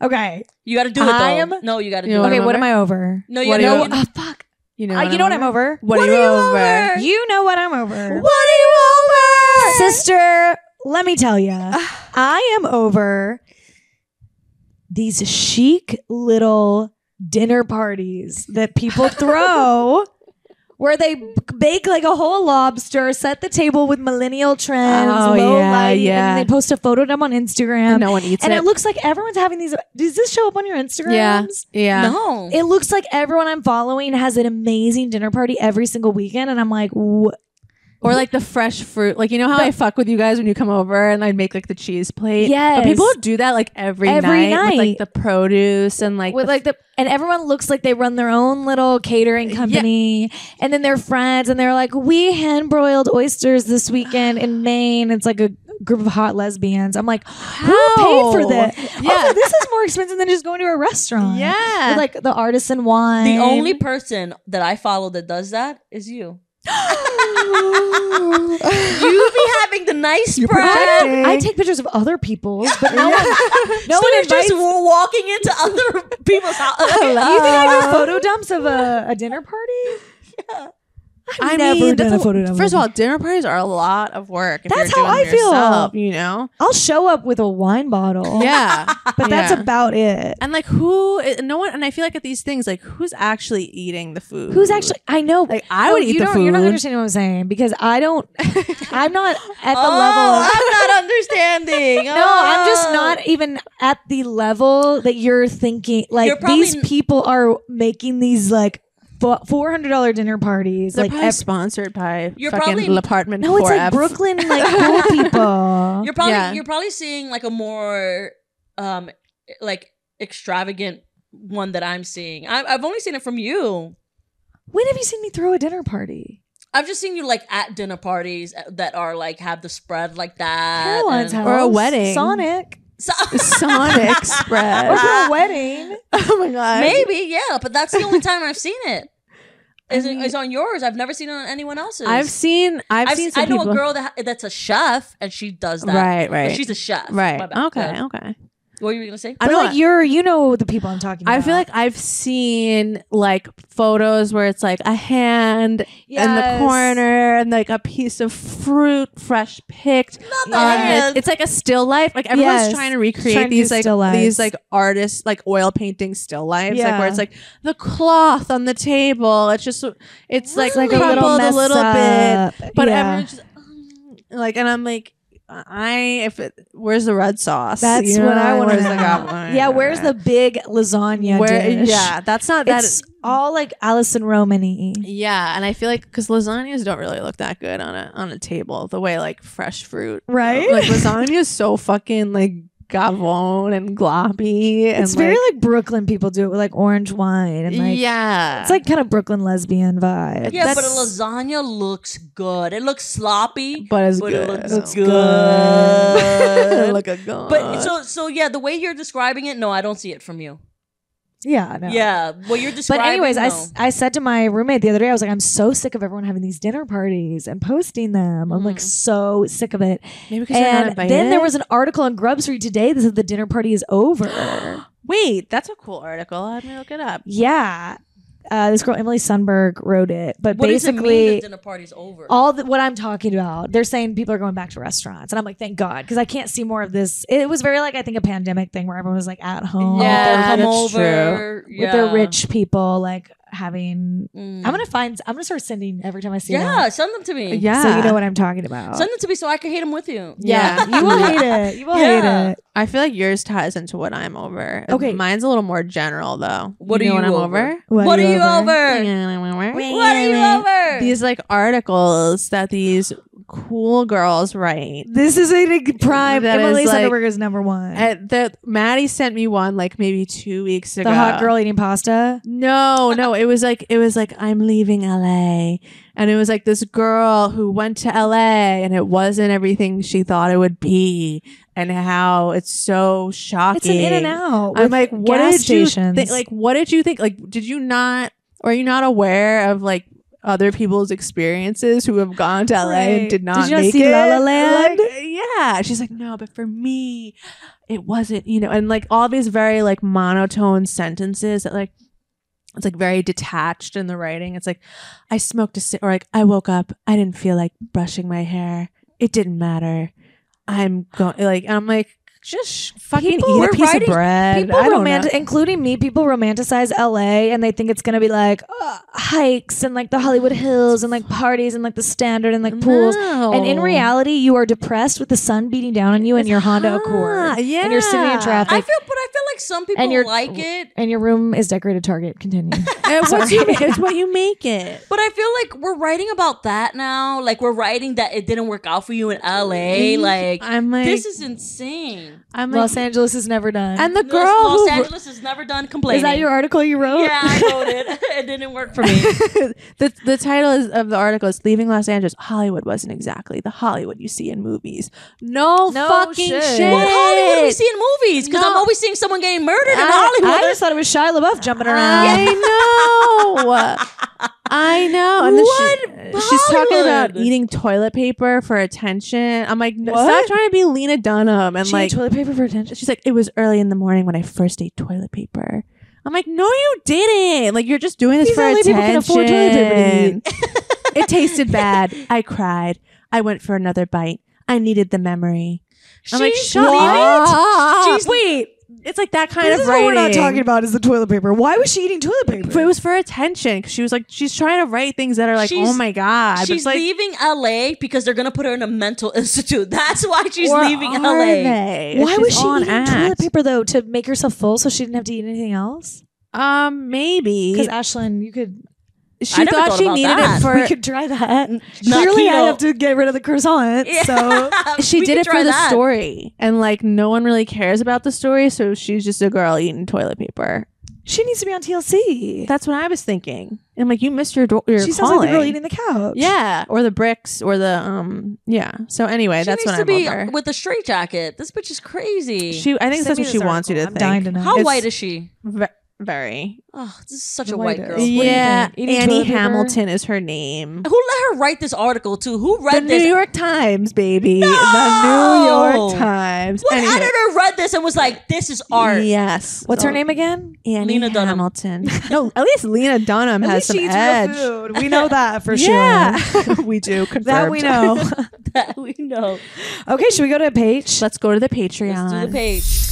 E: Okay.
B: You got to do it though.
E: I am-
B: no, you got to
F: You
B: do
F: wanna
E: Okay,
B: it.
E: what am I over? Oh,
B: No, you
F: What
B: got
F: do
B: to
F: you-
B: do it.
E: fuck.
F: You know,
E: Uh, you know what I'm over?
F: What are you over?
E: You know what I'm over.
F: What are you over?
E: Sister, let me tell you,
F: Uh.
E: I am over these chic little dinner parties that
F: *laughs*
E: people throw where they b- bake like a whole lobster, set the table with millennial trends,
F: Oh,
E: low
F: yeah,
E: lighting,
F: yeah.
E: and they post a photo of them on Instagram.
F: And no one eats
E: and
F: it.
E: it looks like everyone's having these. Does this show up on your Instagrams?
F: yeah, yeah.
B: No.
E: It looks like everyone I'm following has an amazing dinner party every single weekend, and I'm like, "Wh-
F: Or like the fresh fruit. Like you know how I fuck with you guys when you come over and I'd make like the cheese plate.
E: Yes.
F: But people would do that like every,
E: Every
F: night, with
E: night.
F: like the produce and like
E: with
F: the
E: like the and everyone looks like they run their own little catering company and then they're friends and they're like we hand broiled oysters this weekend
F: *gasps*
E: in maine it's like a group of hot lesbians i'm like who paid for
F: How?
E: that
F: Yeah.
E: Also, this is more expensive than just going to a restaurant
F: Yeah.
E: with like the artisan wine
B: The only
E: *laughs*
B: person that I follow that does that is you. you be having the nice bread.
E: I, I take pictures of other people's but no
F: *laughs*
E: one,
B: No
E: no one
B: one
E: invites
B: just walking into other *laughs* people's house. Hello.
E: you think I do photo dumps of a, a dinner party?
F: I
E: I've never
F: that's
E: done a photo dump.
F: First of all, dinner parties are a lot of work. if
E: That's
F: you're
E: how
F: doing
E: I
F: it
E: feel.
F: yourself, You know.
E: I'll show up with a wine bottle.
F: Yeah.
E: *laughs* But that's
F: Yeah.
E: about it.
F: and like who? and No one. And I feel like at these things, like who's actually eating the food?
E: Who's actually? I know.
F: Like, I
E: No,
F: would eat
E: you
F: the
E: don't, You're not
F: food.
E: understanding what I'm saying because I don't. I'm not at the
B: oh,
E: level. Of,
B: I'm not understanding.
E: *laughs*
B: Oh.
E: no, I'm just not even at the level that you're thinking.
B: You're
E: Like
B: probably
E: these
B: n-
E: people are making these like four hundred dollar dinner parties.
F: They're
E: like
F: probably
E: ev-
F: sponsored by
B: You're
F: fucking
B: probably-
F: L'Apartment
E: no, it's
F: 4F.
E: like
F: *laughs*
E: Brooklyn like cool people.
B: You're probably
F: Yeah.
B: you're probably seeing like a more um like extravagant one that I'm seeing. I, I've only seen it from you.
E: when have you seen me throw a dinner party?
B: I've just seen you like at dinner parties uh, that are like have the spread like that.
E: Caroline's
B: and-
E: house
F: Or a wedding. Ah.
E: Sonic,
B: So-
F: Sonic spread.
E: or *laughs* for a wedding.
F: Oh my god.
B: *laughs* Maybe, yeah, but that's the only time I've seen
E: *laughs*
B: it. Is
F: mean-
B: it's on yours. I've never seen it on anyone else's.
F: I've seen. I've,
B: I've-
F: seen.
B: I
F: Some
B: know
F: people.
B: a girl that that's a chef, and she does that.
F: Right. Right.
B: She's a chef.
F: right.
B: My bad.
F: Okay.
B: Yeah.
F: Okay.
B: What were you gonna say?
F: I
E: But
F: know.
E: like you're, you know the people I'm talking. about.
F: I feel like I've seen like photos where it's like a hand in the
E: Yes.
F: corner and like a piece of fruit fresh picked.
B: Not the
F: on the-
B: hand.
F: it's like a still life. Like everyone's
E: Yes.
F: trying to recreate
E: Trying to do
F: these like
E: still lives.
F: these like artists like oil painting still lives. Like
E: Yeah.
F: where it's like the cloth on the table. It's just it's like,
E: It's like a
F: crumpled
E: little, mess
F: bit.
E: up.
F: But
E: Yeah.
F: everyone's just "Mm," like and I'm like I if it, where's the red sauce?
E: That's
F: You know,
E: what I want to
F: where's
E: know.
F: the
E: *laughs*
F: *laughs* goblin?
E: Yeah, where's the big lasagna
F: where?
E: dish?
F: Yeah, that's not that.
E: it's all like Allison Romany.
F: Yeah, and I feel like because lasagnas don't really look that good on a on a table the way like fresh fruit,
E: Right?
F: Like lasagna is so fucking like gavone and gloppy and
E: It's
F: like,
E: very like Brooklyn people do it with like orange wine and like
F: yeah,
E: it's like kind of Brooklyn lesbian vibe.
B: yeah, but a
F: that's-
B: lasagna looks good. It looks sloppy,
F: but it's
B: but
F: good.
B: it looks,
F: It's
B: good.
F: good. *laughs* look a good.
B: But so so yeah, the way you're describing it, no, I don't see it from you.
E: yeah, no.
B: Yeah, what you're
E: But
B: describing.
E: anyways, I,
B: no.
E: s- I said to my roommate the other day, I was like, I'm so sick of everyone having these dinner parties and posting them. I'm like
B: Mhm.
E: so sick of it.
F: maybe because you're not
E: And
F: invited.
E: then there was an article on Grub Street today that said the dinner party is over.
F: wait, that's a cool article. Let me look it up.
E: Yeah. Uh, this girl Emily Sundberg wrote it, but
B: what does it mean
E: basically
B: the dinner party's over?
E: all the, what I'm talking about, they're saying people are going back to restaurants, and I'm like, thank God, because I can't see more of this. It was very like I think a pandemic thing where everyone was like at home
F: Yeah,
E: with,
B: Oh, come
F: that's
B: over Mm.
E: their, with their rich people, like having. I'm gonna find. I'm gonna start sending every time I see.
B: Yeah,
E: them,
B: send them to me.
F: Yeah.
E: So you know what I'm talking about.
B: Send them to me so I can hate them with you.
E: yeah.
F: Yeah.
E: you will hate
B: *laughs*
E: it. You will
B: Yeah.
E: hate it.
F: I feel like yours ties into what I'm over.
E: Okay.
F: Mine's a little more general though.
B: What are
F: know
B: you
F: I'm
B: over? What are you over?
F: over?
B: What are you over?
F: These like articles that these cool girls write.
E: This is a big prime.
F: That is
E: Emily
F: like- oh
E: Sunderberg is number one.
F: And that Uh, Maddie sent me one like maybe two weeks ago.
E: the hot girl eating pasta.
F: No, *laughs* no, it was like it was like I'm leaving LA. And it was like this girl who went to LA and it wasn't everything she thought it would be and how it's so shocking.
E: It's an in and out.
F: I'm like, what
E: gas
F: did
E: stations.
F: you think? Like, what did you think? Like, did you not? Or are you not aware of like other people's experiences who have gone to LA
E: Right.
F: and did not?
E: Did you not
F: make
E: see
F: it?
E: La La Land?
F: Like, yeah, she's like, no, but for me, it wasn't. You know, and like all these very like monotone sentences that like. It's like very detached in the writing. It's like, I smoked a cig, or like, I woke up, I didn't feel like brushing my hair. It didn't matter. I'm going, like, I'm like, just sh- fucking
E: People
F: eat
E: were
F: a piece
E: writing-
F: of bread.
E: people
F: I don't know.
E: romantic, including me, people romanticize LA and they think it's gonna be like uh, hikes and like the Hollywood Hills and like parties and like the standard and like pools. And in
F: No.
E: reality, you are depressed with the sun beating down on you and
F: It's
E: your Honda
F: hot.
E: Accord. And you're sitting in
F: Yeah.
E: traffic.
B: I feel, but I feel like some people
E: And you're-
B: like it.
E: and your room is decorated Target.
F: *laughs*
E: Continue.
F: Uh, what
E: Sorry.
F: you- it's what you make it.
B: But I feel like we're writing about that now. Like we're writing that it didn't work out for you in LA. Like
F: Mm-hmm. I'm like,
B: this is insane.
F: I'm like,
E: Los Angeles is never done.
F: and the
B: Los-
F: girl
B: Los,
F: who,
B: Angeles has never done complaining.
E: is that your article you wrote?
B: Yeah,
F: *laughs*
B: I wrote it. *laughs* it didn't work for me.
F: the the title is, of the article is "Leaving Los Angeles." Hollywood wasn't exactly the Hollywood you see in movies. No,
E: No
F: fucking
E: shit.
F: shit.
B: What Hollywood do we see in movies? Because I'm
F: No.
B: always seeing someone getting murdered in
F: I-
E: I
B: Hollywood.
E: just thought it was Shia LaBeouf jumping around.
F: I know. *laughs* I know. And then she-
B: What
F: she's talking about
B: Hollywood?
F: eating toilet paper for attention. I'm like, no,
E: What?
F: stop trying to be Lena Dunham and
E: She
F: like
E: ate toilet paper for attention.
F: She's like, it was early in the morning when I first ate toilet paper. I'm like, no, you didn't. Like, you're just doing this
E: These
F: for
E: elderly
F: attention.
E: people can afford toilet paper
F: *laughs* it tasted bad. I cried. I went for another bite. I needed the memory. I'm like,
B: She's
F: shut
B: leaving-
F: up.
B: She's-
F: *laughs* Wait, it's like that kind
E: This
F: of
E: is
F: writing.
E: what we're not talking about is the toilet paper. Why was she eating toilet paper?
F: But it was for attention. 'cause She was like, she's trying to write things that are like,
B: She's-
F: oh my god. But
B: She's
F: it's like,
B: leaving LA because they're gonna put her in a mental *laughs* institute. That's why she's
F: or
B: leaving
F: are
B: LA.
F: they?
E: Why
F: She's
E: was she
F: on
E: eating toilet
F: act.
E: paper though to make herself full so she didn't have to eat anything else?
F: Um,
E: Because
F: maybe
E: Ashlyn, you could
F: she
B: never
F: thought,
B: thought
F: she
B: about
F: needed
E: Uh,
B: that.
F: it for
E: *laughs* we could try that.
B: Not
E: Clearly, I
B: keto.
E: have to get rid of the croissant.
B: Yeah.
E: So *laughs*
F: she
B: Uh, We could
F: did it for
B: try
F: the
B: that.
F: story and like no one really cares about the story so she's just a girl eating toilet paper
E: she needs to be on TLC.
F: that's what i was thinking i'm like you missed your, do- your
E: she sounds
F: calling
E: like the girl eating the couch.
F: yeah or the bricks or the um yeah so anyway
B: She
F: that's
B: needs
F: what
B: to
F: i'm
B: be
F: over
B: with a straight jacket. This bitch is crazy.
F: she i think
E: uh, Send
F: that's
E: me
F: what she
E: this
F: wants you to
E: article.
F: think
E: I'm dying to know.
B: How
F: It's
B: white is she?
F: ve- very
B: Oh, this is such a white
E: White
B: girl.
E: is-
B: What do you
F: yeah
E: think? Eating
F: annie
E: toilet paper?
F: hamilton is her name
B: Who let her write this article to? Who
F: the
B: read
F: new
B: this?
F: york times baby the new
B: No!
F: york times
B: what
F: Anywho.
B: editor read this and was like, "This is art"?
F: yes
E: What's her
F: So-
E: name again?
F: Annie
B: Lena Dunham.
F: Hamilton. no, at least Lena Dunham
E: At
F: has
E: least
F: some
E: she eats
F: edge.
E: real food. *laughs* We know that for
F: yeah,
E: sure. *laughs*
F: we do. Confirmed.
E: That we know.
B: *laughs*
E: *laughs*
B: that we know.
E: okay, should we go to a page?
F: Let's go to the Patreon.
B: Let's do the page.